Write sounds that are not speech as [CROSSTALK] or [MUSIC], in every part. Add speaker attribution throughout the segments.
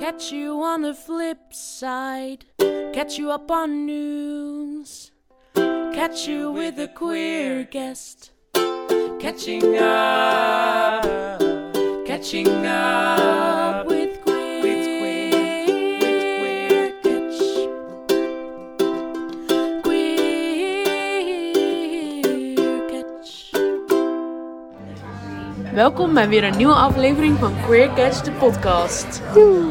Speaker 1: Catch you on the flip side. Catch you up on news. Catch you with a queer guest. Catching up. Catching up with queer. catch. Queer catch.
Speaker 2: Welkom bij weer een nieuwe aflevering van Queer Catch, de podcast.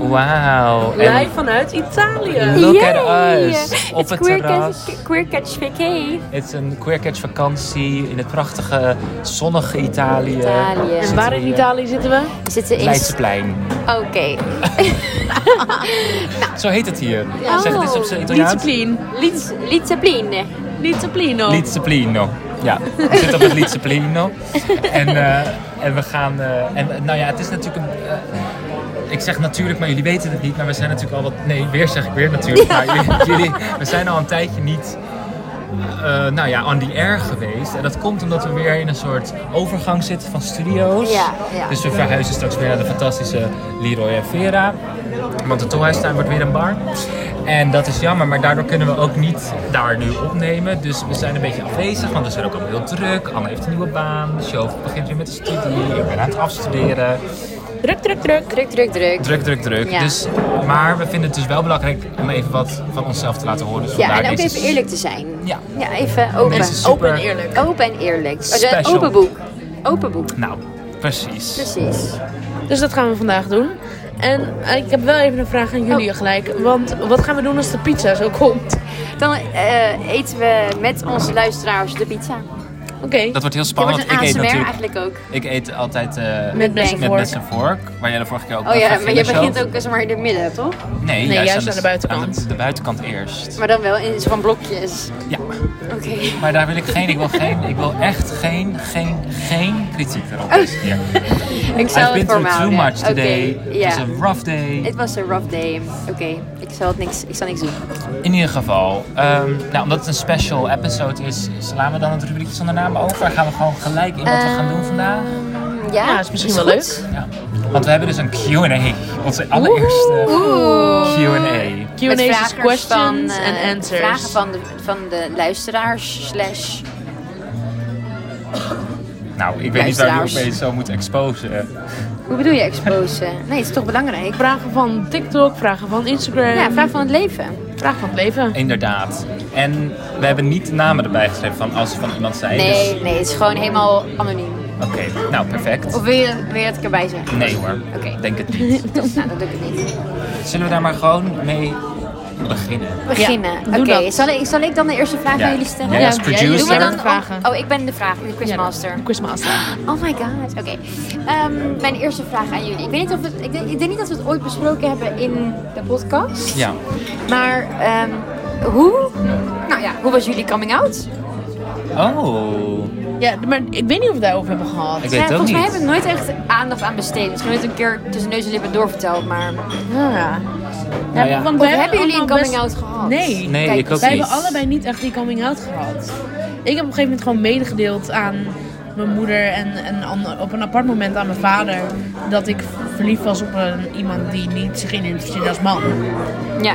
Speaker 3: Wauw.
Speaker 2: Live vanuit Italië.
Speaker 3: Look at
Speaker 4: Yay!
Speaker 3: us. Op
Speaker 4: It's
Speaker 3: het
Speaker 4: queer
Speaker 3: terras.
Speaker 4: Catch, queer catch vacay.
Speaker 3: Het is een queer catch vakantie in het prachtige Eh, zonnige Italië.
Speaker 4: Italië. En
Speaker 3: Zitten
Speaker 2: En waar
Speaker 3: we
Speaker 2: in
Speaker 3: hier.
Speaker 2: Italië zitten we?
Speaker 4: We zitten in...
Speaker 3: Leidseplein.
Speaker 4: Oké.
Speaker 3: [LAUGHS]
Speaker 4: Nou.
Speaker 3: Zo heet het hier.
Speaker 4: Oh.
Speaker 3: Zeg het eens op zijn Italiaans.
Speaker 2: Discipline.
Speaker 4: Liet- Lietzeplin.
Speaker 2: Disciplino.
Speaker 3: Lietseplino. Ja, we zitten op het Lietseplino. En, eh, en we gaan... eh, en, nou ja, het is natuurlijk een... eh, ik zeg natuurlijk, maar jullie weten het niet. Maar we zijn natuurlijk al wat... Nee, weer zeg ik weer natuurlijk.
Speaker 4: [LAUGHS]
Speaker 3: Maar jullie- jullie, we zijn al een tijdje niet... eh, nou ja, on the air geweest. En dat komt omdat we weer in een soort overgang zitten van studio's.
Speaker 4: Ja, ja.
Speaker 3: Dus we verhuizen straks weer naar de fantastische Leroy en Vera. Want de Tolhuistuin wordt weer een bar. En dat is jammer, maar daardoor kunnen we ook niet daar nu opnemen. Dus we zijn een beetje afwezig, want we zijn ook allemaal heel druk. Anne heeft een nieuwe baan, de show begint weer met de studie. Ik ben aan het afstuderen.
Speaker 2: Druk, druk, druk.
Speaker 4: Druk, druk, druk.
Speaker 3: Druk, druk, druk.
Speaker 4: Ja.
Speaker 3: Dus, maar we vinden het dus wel belangrijk om even wat van onszelf te laten horen. Dus
Speaker 4: Ja,
Speaker 3: vandaar
Speaker 4: en ook
Speaker 3: deze-
Speaker 4: even eerlijk te zijn.
Speaker 3: Ja.
Speaker 4: Ja, even open.
Speaker 3: Deze super-
Speaker 2: Open en eerlijk.
Speaker 4: Open en eerlijk. Oh, de-
Speaker 3: Special.
Speaker 4: open boek. Open boek.
Speaker 3: Nou, precies.
Speaker 4: Precies.
Speaker 2: Dus dat gaan we vandaag doen. En eh, ik heb wel even een vraag aan
Speaker 4: Oh.
Speaker 2: jullie gelijk. Want wat gaan we doen als de pizza zo komt?
Speaker 4: Dan eh, eten we met onze luisteraars de pizza.
Speaker 2: Oké.
Speaker 3: Dat wordt heel
Speaker 4: Je
Speaker 3: spannend,
Speaker 4: wordt een
Speaker 3: want ik eet
Speaker 4: ASMR
Speaker 3: natuurlijk...
Speaker 4: eigenlijk ook. Oh
Speaker 3: Ik eet altijd eh,
Speaker 2: Met mes en
Speaker 3: met
Speaker 2: vork.
Speaker 3: mes en vork, waar jij de vorige keer ook
Speaker 4: Oh
Speaker 3: met
Speaker 4: ja,
Speaker 3: ging
Speaker 4: maar je
Speaker 3: zo.
Speaker 4: begint ook zeg maar in het midden, toch?
Speaker 3: Nee,
Speaker 2: Nee, juist
Speaker 3: aan,
Speaker 2: aan de buitenkant.
Speaker 3: aan de, de buitenkant eerst.
Speaker 4: Maar dan wel in zo'n blokjes.
Speaker 3: Ja,
Speaker 4: Oké.
Speaker 3: maar daar wil ik geen, ik wil geen, ik wil echt geen, geen, geen kritiek erop deze
Speaker 4: [LAUGHS]
Speaker 3: keer.
Speaker 4: Ik
Speaker 3: I've been
Speaker 4: zal Oh. het voor
Speaker 3: through
Speaker 4: me
Speaker 3: too
Speaker 4: houden.
Speaker 3: much
Speaker 4: Oké,
Speaker 3: today.
Speaker 4: ja.
Speaker 3: It's a rough day.
Speaker 4: Het was een rough day. Oké, ik, zal het niks, ik zal niks doen.
Speaker 3: In ieder geval, ehm, nou, omdat het een special episode is, slaan we dan het rubriekje zonder naam over. Gaan we gewoon gelijk in wat we gaan
Speaker 4: Ehm.
Speaker 3: doen vandaag.
Speaker 4: Ja,
Speaker 2: Mm, Ja, is misschien wel
Speaker 4: goed.
Speaker 2: leuk.
Speaker 3: Ja. Want we hebben dus een Q&A. Onze allereerste
Speaker 4: Oeh.
Speaker 3: Q&A.
Speaker 4: Met
Speaker 2: Q&A's,
Speaker 4: vragers van,
Speaker 2: questions
Speaker 4: eh,
Speaker 2: en answers.
Speaker 4: Vragen van de, van de luisteraars slash...
Speaker 3: Nou, ik weet niet waar
Speaker 4: Luisteraars.
Speaker 3: we mee zo moeten exposen. Eh,
Speaker 4: Hoe bedoel je exposen? Nee, het is toch belangrijk? Ehm,
Speaker 2: Vragen van TikTok, vragen van Instagram.
Speaker 4: Ja, vraag van het leven.
Speaker 2: vragen van het leven.
Speaker 3: Inderdaad. En we hebben niet de namen erbij geschreven van als ze van iemand zijn.
Speaker 4: Nee,
Speaker 3: dus-
Speaker 4: nee, het is gewoon helemaal anoniem.
Speaker 3: Oké, nou perfect.
Speaker 4: Of wil je, wil je dat ik erbij zeg?
Speaker 3: Nee hoor,
Speaker 4: Oké.
Speaker 3: denk het
Speaker 4: [LAUGHS]
Speaker 3: niet.
Speaker 4: Nou, dat doe ik het niet.
Speaker 3: Zullen we daar maar gewoon mee beginnen?
Speaker 4: Beginnen.
Speaker 2: doe
Speaker 4: Oké,
Speaker 2: dat.
Speaker 4: zal, ik, zal ik dan de eerste vraag
Speaker 3: Ja.
Speaker 4: aan jullie stellen?
Speaker 3: Jij als
Speaker 2: Ja,
Speaker 3: producer.
Speaker 2: jij
Speaker 4: Doen we
Speaker 2: doet
Speaker 4: dan
Speaker 2: vragen.
Speaker 4: Oh, ik ben de vraag, de quizmaster.
Speaker 2: Quizmaster.
Speaker 4: Oh my god, oké. Ehm, mijn eerste vraag aan jullie. Ik, weet niet of het, ik, denk, ik denk niet dat we het ooit besproken hebben in de podcast.
Speaker 3: Ja.
Speaker 4: Maar ehm, hoe? Nou ja, hoe was jullie coming out?
Speaker 3: Oh,
Speaker 2: Ja, maar ik weet niet of we het daarover hebben gehad.
Speaker 3: ik weet
Speaker 4: Ja,
Speaker 3: het ook
Speaker 4: volgens mij hebben
Speaker 3: niet.
Speaker 4: we nooit echt aandacht aan besteed. Misschien nooit een keer tussen neus en lippen doorverteld, maar...
Speaker 2: Ja.
Speaker 3: Nou ja.
Speaker 2: want
Speaker 4: Of
Speaker 2: wij
Speaker 4: hebben jullie een
Speaker 2: allemaal
Speaker 4: coming
Speaker 2: best-
Speaker 4: out gehad?
Speaker 2: Nee.
Speaker 3: Nee,
Speaker 4: Kijk,
Speaker 3: ik ook
Speaker 2: Wij
Speaker 3: niet.
Speaker 2: hebben allebei niet echt die coming out gehad. Ik heb op een gegeven moment gewoon medegedeeld aan mijn moeder en, en an- op een apart moment aan mijn vader dat ik verliefd was op een, iemand die niet zich in interesseerde als man.
Speaker 4: Ja,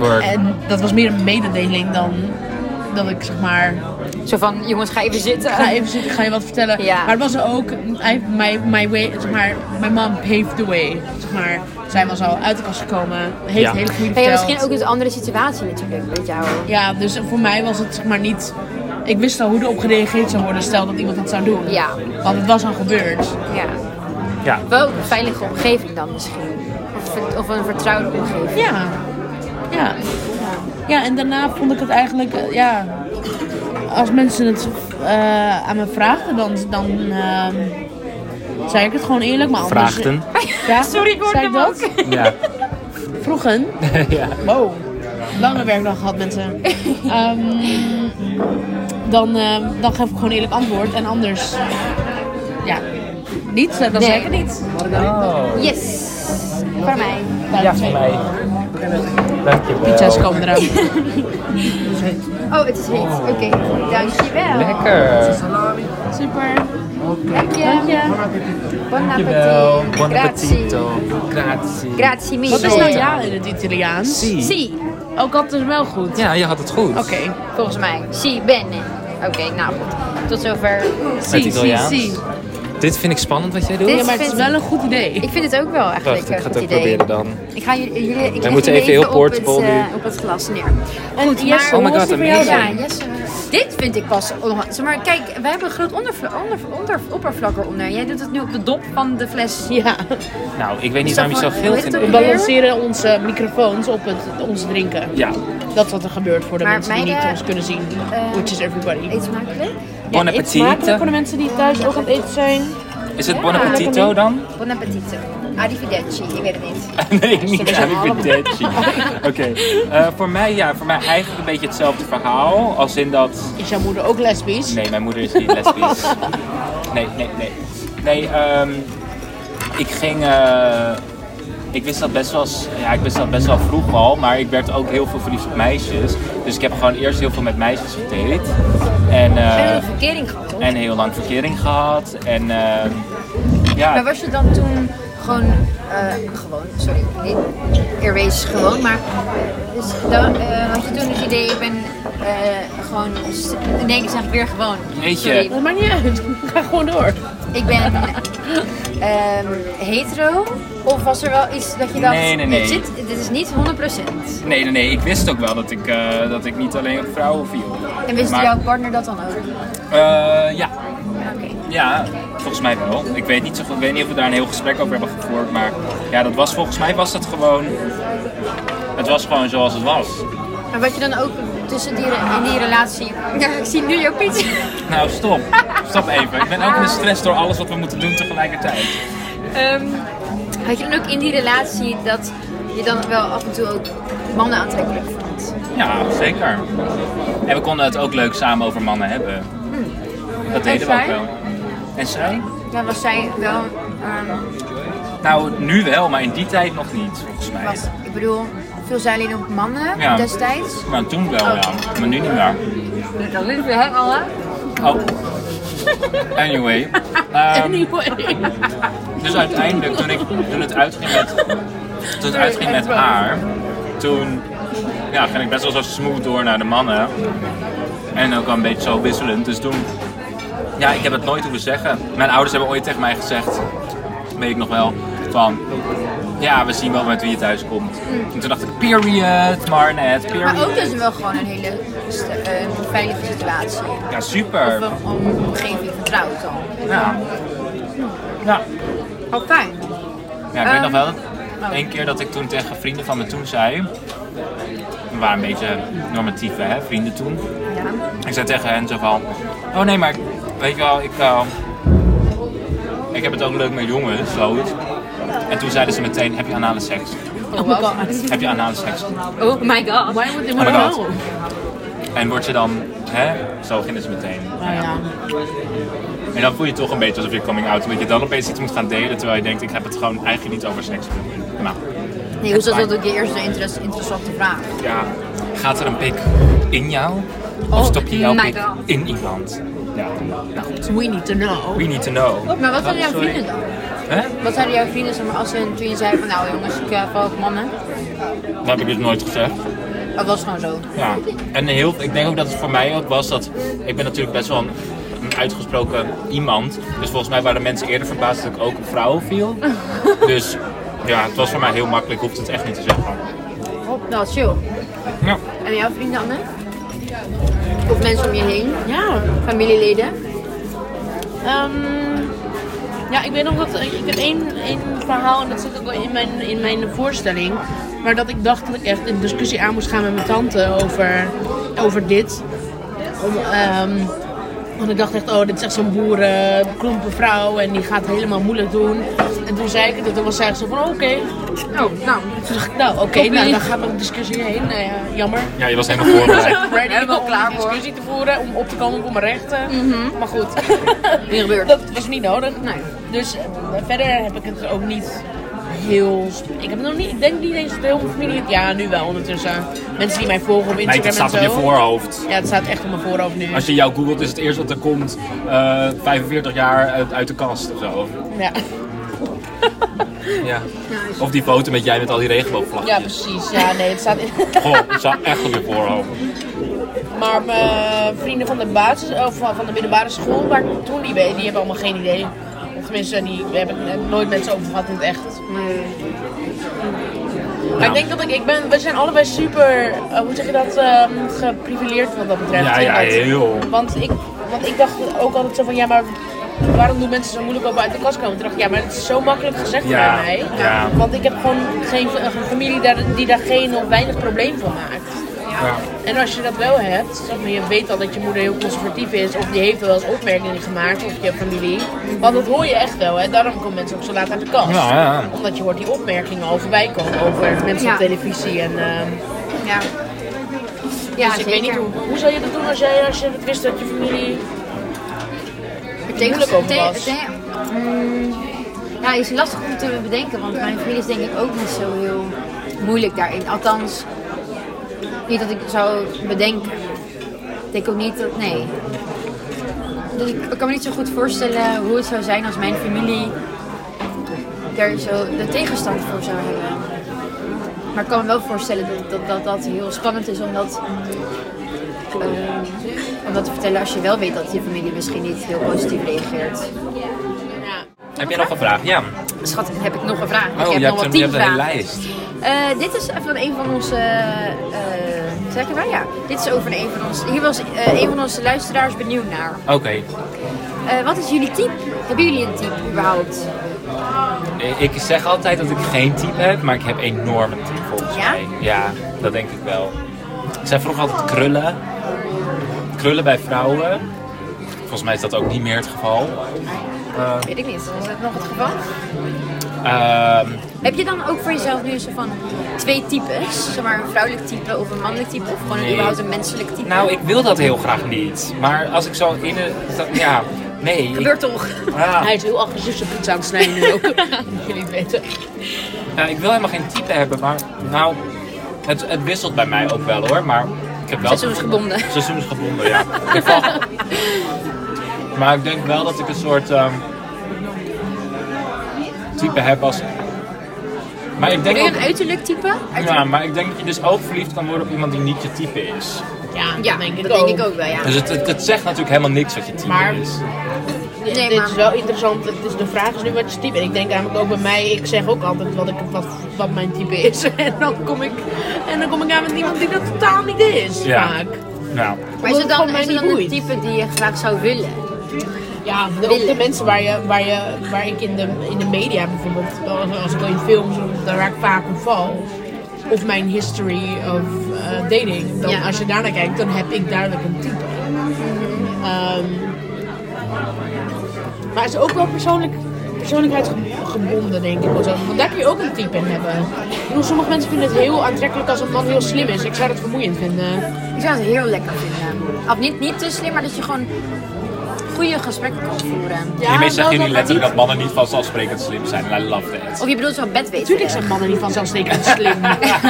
Speaker 3: Hoor.
Speaker 4: Eh.
Speaker 2: En dat was meer een mededeling dan dat ik zeg maar
Speaker 4: zo van, jongens, ga even zitten.
Speaker 2: ga even zitten, ik ga je wat vertellen.
Speaker 4: Ja.
Speaker 2: Maar het was ook, I- my, my way, zeg maar, my mom paved the way. Zeg maar, zij was al uit de kast gekomen, heeft
Speaker 3: Ja.
Speaker 2: hele goede
Speaker 4: Maar ja,
Speaker 2: verteld.
Speaker 4: misschien ook een andere situatie natuurlijk met jou.
Speaker 2: Ja, dus voor mij was het zeg maar niet. Ik wist al hoe erop gereageerd zou worden, stel dat iemand het zou doen.
Speaker 4: Ja.
Speaker 2: Want het was al gebeurd.
Speaker 4: Ja.
Speaker 3: Ja.
Speaker 4: Wel ook een veilige omgeving dan misschien. Of, of een vertrouwde omgeving.
Speaker 2: Ja. Ja. Ja, en daarna vond ik het eigenlijk, eh, ja. Als mensen het eh, aan me vraagden, dan, dan ehm, zei ik het gewoon eerlijk. Maar anders,
Speaker 3: Vraagden.
Speaker 2: Ja,
Speaker 4: [LAUGHS] Sorry, ik hoorde
Speaker 2: zei ik
Speaker 4: hem
Speaker 2: dat?
Speaker 4: [LAUGHS]
Speaker 3: Ja.
Speaker 2: Vroegen.
Speaker 3: [LAUGHS] ja.
Speaker 2: Wow. Lange werkdag gehad,
Speaker 3: [LAUGHS]
Speaker 2: mensen. Ehm, dan, ehm, dan geef ik gewoon eerlijk antwoord. En anders, ja, niet. eh, Dan zeg ik het niet.
Speaker 3: Oh.
Speaker 4: Yes, voor mij.
Speaker 3: Ja, voor mij. Dankjewel.
Speaker 2: Pizza's komen eraan.
Speaker 3: [LAUGHS]
Speaker 4: Oh, het is heet. Oké, dankjewel.
Speaker 3: Lekker.
Speaker 2: Super.
Speaker 4: Dank je.
Speaker 2: Dank je.
Speaker 4: Buon
Speaker 3: Dankjewel.
Speaker 4: appetito.
Speaker 3: Buon
Speaker 4: Grazie.
Speaker 3: appetito. Grazie.
Speaker 4: Grazie mille.
Speaker 2: Wat is nou ja in het Italiaans?
Speaker 3: Si.
Speaker 4: Sì,
Speaker 2: Ook had het wel goed.
Speaker 3: Ja, je had het goed.
Speaker 2: Oké.
Speaker 4: volgens mij. Sì, bene. Oké, nou goed. Tot zover.
Speaker 3: Met
Speaker 2: Si, si,
Speaker 3: Italiaans.
Speaker 2: si.
Speaker 3: Dit vind ik spannend wat jij doet.
Speaker 4: Dit
Speaker 2: Ja, maar het is wel een goed idee.
Speaker 4: Ik vind het ook wel eigenlijk
Speaker 3: Wacht, ik
Speaker 4: een
Speaker 3: ga
Speaker 4: goed
Speaker 3: het ook
Speaker 4: idee.
Speaker 3: proberen dan.
Speaker 4: Ik ga jullie, jullie ik leg
Speaker 3: moeten
Speaker 4: jullie
Speaker 3: even heel
Speaker 4: op het,
Speaker 3: portable
Speaker 4: eh,
Speaker 3: nu.
Speaker 4: op het glas neer.
Speaker 2: En
Speaker 4: Goed,
Speaker 2: Jesse,
Speaker 4: maar-
Speaker 3: Oh my
Speaker 2: hoe was
Speaker 3: god,
Speaker 2: die voor jou
Speaker 4: Ja,
Speaker 2: dan?
Speaker 4: yes, eh, dit vind ik pas. onha- Zeg maar, kijk, wij hebben een groot ondervla- onder, onder, oppervlak eronder. Jij doet het nu op de dop van de fles.
Speaker 3: [LAUGHS]
Speaker 2: Ja,
Speaker 3: Nou, ik weet niet
Speaker 4: Is
Speaker 3: waarom je zo geel
Speaker 4: dat van- hoe heet
Speaker 3: vindt.
Speaker 4: het
Speaker 2: we
Speaker 4: ook
Speaker 2: balanceren onze microfoons op het, ons drinken.
Speaker 3: Ja.
Speaker 2: Dat is wat er gebeurt voor de
Speaker 4: Maar
Speaker 2: mensen die
Speaker 4: meiden,
Speaker 2: niet ons kunnen zien.
Speaker 4: eh,
Speaker 2: which is everybody.
Speaker 4: Eet smakelijk.
Speaker 3: Bon
Speaker 2: Ja, eet
Speaker 3: appetito.
Speaker 2: smakelijk voor de mensen die thuis ook aan het eten zijn.
Speaker 3: Is het
Speaker 4: Ja,
Speaker 3: Bon Appetito dan? [LAUGHS]
Speaker 4: Buon appetito. Arrivederci, ik weet het niet.
Speaker 3: nee, niet
Speaker 2: zijn
Speaker 4: [LAUGHS]
Speaker 3: arrivederci. Oké. Eh, voor mij, ja, voor mij eigenlijk een beetje hetzelfde verhaal. Als in dat...
Speaker 2: Is jouw moeder ook lesbisch?
Speaker 3: Nee, mijn moeder is niet lesbisch.
Speaker 4: [LAUGHS]
Speaker 3: Nee, nee, nee. Nee, ehm, ik ging... eh, ik wist dat best wel, s- ja, ik wist dat best wel vroeg al, maar ik werd ook heel veel verliefd op meisjes. Dus ik heb gewoon eerst heel veel met meisjes gedate. En,
Speaker 4: We hebben
Speaker 3: eh,
Speaker 4: een verkering gehad, toch?
Speaker 3: en heel lang verkering gehad. En ehm, ja,
Speaker 4: Maar was je dan toen gewoon, eh, gewoon, sorry, niet erase gewoon, maar dus dan eh, had je toen het idee, ik ben eh, gewoon, s- in één keer zeg ik weer gewoon.
Speaker 3: Weet je.
Speaker 4: Sorry,
Speaker 2: Dat maakt niet uit. [LAUGHS] Ga gewoon door.
Speaker 4: ik ben ehm, hetero, of was er wel iets dat je dacht,
Speaker 3: Nee, nee, nee.
Speaker 4: dit, zit- dit is niet 100%.
Speaker 3: Nee, nee, nee. Ik wist ook wel dat ik, eh, dat ik niet alleen op vrouwen viel.
Speaker 4: En wist
Speaker 3: Maar-
Speaker 4: jouw partner dat dan ook? Oké.
Speaker 3: Eh, ja. ja, volgens mij wel. Ik weet niet, zo, goed- ik weet niet of we daar een heel gesprek over hebben gevoerd. Maar ja, dat was, volgens mij was dat gewoon... Het was gewoon zoals het was.
Speaker 4: Maar wat je dan ook tussen die, re- in die relatie, [LAUGHS] ja, ik zie nu jouw pizza.
Speaker 3: Nou, stop. Stop even. Ik ben ook in de stress door alles wat we moeten doen tegelijkertijd.
Speaker 4: Ehm, had je dan ook in die relatie dat je dan wel af en toe ook mannen aantrekkelijk vond?
Speaker 3: Ja, zeker. En we konden het ook leuk samen over mannen hebben. Dat deden we ook
Speaker 4: Hm. zij?
Speaker 3: wel. En zij?
Speaker 4: Ja, was zij wel. ehm,
Speaker 3: Nou, nu wel, maar in die tijd nog niet, volgens mij.
Speaker 4: was, ik bedoel, veel zij alleen op mannen
Speaker 3: Ja.
Speaker 4: destijds.
Speaker 3: Maar toen wel, ja. Maar nu niet meer.
Speaker 4: Dat is weer helemaal.
Speaker 3: Oh. Anyway. Ehm,
Speaker 2: Anyway.
Speaker 3: dus uiteindelijk, toen, ik, toen het uitging met, toen het uitging met haar, toen ja, ging ik best wel zo smooth door naar de mannen. En ook wel een beetje zo wisselend. Dus toen, ja, ik heb het nooit hoeven zeggen. Mijn ouders hebben ooit tegen mij gezegd, weet ik nog wel, van... Ja, we zien wel met wie je thuis komt. En toen dacht ik, period, maar net, period.
Speaker 4: Maar ook dus wel gewoon een hele st- eh, veilige situatie. Of
Speaker 3: Ja, super.
Speaker 4: wel gewoon een omgeving vertrouwd dan.
Speaker 3: Ja. Ja.
Speaker 4: Al Oh, fijn.
Speaker 3: Ja, ik weet
Speaker 4: Ehm,
Speaker 3: nog wel dat één keer dat ik toen tegen vrienden van me toen zei. We waren een beetje normatieve hè, vrienden toen.
Speaker 4: Ja.
Speaker 3: Ik zei tegen hen zo van. Oh nee, maar ik- weet je wel, ik, eh, ik heb het ook leuk met jongens, zoiets. En toen zeiden ze meteen, heb je anale seks?
Speaker 2: Oh my god.
Speaker 3: Heb je anale seks?
Speaker 4: Oh my god.
Speaker 2: Why would they want
Speaker 3: Oh my
Speaker 2: to
Speaker 3: god.
Speaker 2: know?
Speaker 3: En word je dan, hè? Zo gingen ze meteen.
Speaker 2: Nou ja.
Speaker 3: En dan voel je toch een beetje alsof je coming out, omdat je dan opeens iets moet gaan delen, terwijl je denkt, ik heb het gewoon eigenlijk niet over seks. Nou,
Speaker 4: Nee, hoe zat dat ook je eerste interess- interessante vraag?
Speaker 3: Ja. Gaat er een pik in jou?
Speaker 4: Oh,
Speaker 3: Of stop je jouw
Speaker 4: my
Speaker 3: pik
Speaker 4: God.
Speaker 3: in iemand? Ja, nou goed.
Speaker 2: We need to know.
Speaker 3: We need to know.
Speaker 4: Maar
Speaker 3: zijn
Speaker 4: wat zouden jouw vrienden dan?
Speaker 3: Hè?
Speaker 4: Wat zouden jouw vrienden zeg maar, als ze toen je zei van nou jongens, ik eh, val op mannen?
Speaker 3: Dat heb ik dus nooit gezegd.
Speaker 4: Dat was gewoon zo.
Speaker 3: Ja. En heel, ik denk ook dat het voor mij ook was dat... Ik ben natuurlijk best wel een, een uitgesproken iemand. Dus volgens mij waren mensen eerder verbaasd dat ik ook op vrouwen
Speaker 4: [LAUGHS]
Speaker 3: viel. dus ja, het was voor mij heel makkelijk. Ik hoefde het echt niet te zeggen.
Speaker 4: Hop, nou chill.
Speaker 3: Ja.
Speaker 4: En jouw vrienden Anne? Of mensen om je heen?
Speaker 2: Ja.
Speaker 4: Familieleden?
Speaker 2: Ehm, ja, ik weet nog dat ik, ik heb één, één verhaal en dat zit ook wel in mijn, in mijn voorstelling. Maar dat ik dacht dat ik echt een discussie aan moest gaan met mijn tante over, over dit. Om, ehm, want ik dacht echt, oh, dit is echt zo'n boerenklompenvrouw en die gaat het helemaal moeilijk doen. En toen zei ik het en toen was zij echt zo van, oh, oké.
Speaker 4: Oh, nou.
Speaker 2: Toen dacht ik, nou, oké,
Speaker 4: Kopie.
Speaker 2: nou, dan gaat mijn discussie heen. Nou ja, jammer.
Speaker 3: ja, je was helemaal
Speaker 4: [LAUGHS]
Speaker 3: voorbereid.
Speaker 2: Ik ben
Speaker 4: Helemaal klaar
Speaker 2: om
Speaker 4: voor.
Speaker 2: discussie te voeren, om op te komen voor mijn rechten. Maar goed,
Speaker 4: [LAUGHS] Niet gebeurd.
Speaker 2: dat was niet nodig.
Speaker 4: Nee.
Speaker 2: Dus eh, verder heb ik het ook niet heel... sp- Ik heb nog niet... Ik denk niet eens dat heel veel familie... Ja, nu wel ondertussen. Mensen die mij volgen op
Speaker 3: Nee, dat
Speaker 2: Instagram
Speaker 3: staat op
Speaker 2: en
Speaker 3: je
Speaker 2: zo.
Speaker 3: voorhoofd.
Speaker 2: Ja, het staat echt op mijn voorhoofd nu.
Speaker 3: Als je jou googelt, is het eerst wat er komt eh, 45 jaar uit- uit de kast of zo.
Speaker 2: Ja.
Speaker 3: Ja. Of die foto met jij met al die
Speaker 2: ja,
Speaker 3: regenboogvlaggetjes.
Speaker 2: precies. Ja, nee, het staat...
Speaker 3: Goh, het staat echt op je voorhoofd.
Speaker 2: [LAUGHS] Maar mijn vrienden van de, basis, of van van de middelbare school, waar ik toen die ben, die hebben allemaal geen idee. Of tenminste, die we hebben het nooit met ze over gehad in het echt. Maar ik denk dat ik, ik ben, we zijn allebei super, eh, hoe zeg je dat, ehm, geprivileerd wat dat betreft.
Speaker 3: Ja, ja,
Speaker 2: Want-
Speaker 3: heel.
Speaker 2: Want ik, want ik dacht ook altijd zo van, ja, maar waarom doen mensen zo moeilijk over uit de kast komen? Toen dacht ik, ja, maar het is zo makkelijk gezegd
Speaker 3: Ja,
Speaker 2: bij mij.
Speaker 3: ja.
Speaker 2: Want ik heb gewoon geen, eh, geen familie daar, die daar geen of weinig probleem van maakt. En als je dat wel hebt, zeg maar, je weet al dat je moeder heel conservatief is, of die heeft wel eens opmerkingen gemaakt, of je familie. Want dat hoor je echt wel, hè? daarom komen mensen ook zo laat aan de kast.
Speaker 3: Ja, ja.
Speaker 2: Omdat je hoort die opmerkingen al voorbij komen over mensen
Speaker 4: Ja.
Speaker 2: op televisie. En, ehm,
Speaker 4: Ja. Ja,
Speaker 2: dus ik weet niet, hoe, hoe zou je dat doen als, jij, als je het wist dat je familie... moeilijk over was.
Speaker 4: Mm, Ja, is lastig om te bedenken, want mijn vriend is denk ik ook niet zo heel moeilijk daarin. Althans, niet dat ik zou bedenken. Ik denk ook niet dat, nee. Dus ik kan me niet zo goed voorstellen hoe het zou zijn als mijn familie daar zo de tegenstand voor zou hebben. Maar ik kan me wel voorstellen dat dat, dat, dat heel spannend is om dat, ehm, om dat te vertellen als je wel weet dat je familie misschien niet heel positief reageert.
Speaker 2: Ja.
Speaker 3: Heb je nog een vraag? Ja.
Speaker 4: Schat, heb ik nog een vraag?
Speaker 3: Oh,
Speaker 4: ik heb
Speaker 3: je hebt
Speaker 4: nog wel
Speaker 3: een-
Speaker 4: tien
Speaker 3: je hebt een hele
Speaker 4: vragen.
Speaker 3: lijst.
Speaker 4: Eh, dit is van een van onze. eh, eh, zeg ik het wel? Ja. Dit is over een van onze. Hier was eh, een van onze luisteraars benieuwd naar.
Speaker 3: Oké.
Speaker 4: Eh, wat is jullie type? Hebben jullie een type überhaupt?
Speaker 3: Eh, Ik zeg altijd dat ik geen type heb, maar ik heb enorm een type volgens
Speaker 4: Ja?
Speaker 3: mij. Ja, dat denk ik wel. Ik zei vroeger altijd krullen. Krullen bij vrouwen. Volgens mij is dat ook niet meer het geval.
Speaker 4: Weet ik niet. Is dat nog het geval?
Speaker 3: Ehm,
Speaker 4: Heb je dan ook voor jezelf nu zo van twee types? Zeg maar een vrouwelijk type of een mannelijk type? Of gewoon
Speaker 3: Nee.
Speaker 4: überhaupt een menselijk type?
Speaker 3: nou, ik wil dat heel graag niet. Maar als ik zo in de... dat- Ja, nee. ik-
Speaker 4: Gebeurt toch?
Speaker 3: Ah.
Speaker 2: Hij is heel agressief zijn pizza aan het snijden nu
Speaker 4: [LAUGHS]
Speaker 2: ook. Jullie weten.
Speaker 3: Nou, ik wil helemaal geen type hebben, maar nou, het, het wisselt bij mij ook wel hoor. Maar ik heb wel.
Speaker 4: Seizoensgebonden.
Speaker 3: Seizoensgebonden, ja. Ik val- maar ik denk wel dat ik een soort ehm, type heb als. Maar ik denk
Speaker 4: Ben je een
Speaker 3: ook,
Speaker 4: uiterlijk type?
Speaker 3: ja, maar ik denk dat je dus ook verliefd kan worden op iemand die niet je type is.
Speaker 2: Ja, dat
Speaker 4: Ja,
Speaker 2: denk ik
Speaker 4: dat
Speaker 2: ook.
Speaker 4: denk ik ook wel, ja.
Speaker 3: Dus het, het, het zegt natuurlijk helemaal niks wat je type
Speaker 2: Maar-
Speaker 3: is.
Speaker 2: Ja,
Speaker 4: Nee,
Speaker 2: dit
Speaker 4: maar-
Speaker 2: is wel interessant. Het is de vraag is nu wat je type. En ik denk eigenlijk ook bij mij, ik zeg ook altijd wat, ik, wat, wat mijn type is. [LAUGHS] En dan, kom ik, en dan kom ik aan met iemand die dat totaal niet is.
Speaker 3: Ja.
Speaker 2: Vaak.
Speaker 3: Nou,
Speaker 4: Maar is het dan,
Speaker 2: Gewoon mij
Speaker 4: is het
Speaker 2: niet
Speaker 4: dan een
Speaker 2: boeit.
Speaker 4: type die je graag zou willen?
Speaker 2: Ja, de, ook de mensen waar, je, waar, je, waar ik in de, in de media bijvoorbeeld, als, als ik al in films, of daar waar ik vaak om val. Of mijn history of eh, dating. Dan,
Speaker 4: Ja.
Speaker 2: Als je daarnaar kijkt, dan heb ik duidelijk een type. Ehm, maar het is ook wel persoonlijk, persoonlijkheidsgebonden, denk ik. wel zo. Want daar kun je ook een type in hebben. Ik bedoel, sommige mensen vinden het heel aantrekkelijk als een man heel slim is. Ik zou dat vermoeiend vinden.
Speaker 4: Ik zou het heel lekker vinden. Of niet, niet te slim, maar dat je gewoon goede gesprekken kan voeren.
Speaker 2: Ja,
Speaker 3: hiermee zeg
Speaker 2: wel dat,
Speaker 3: je nu
Speaker 2: maar
Speaker 3: letterlijk
Speaker 2: niet-
Speaker 3: dat mannen niet vanzelfsprekend slim zijn. En I love that.
Speaker 4: Of je bedoelt zo'n bedweter.
Speaker 2: Natuurlijk zijn mannen niet vanzelfsprekend slim.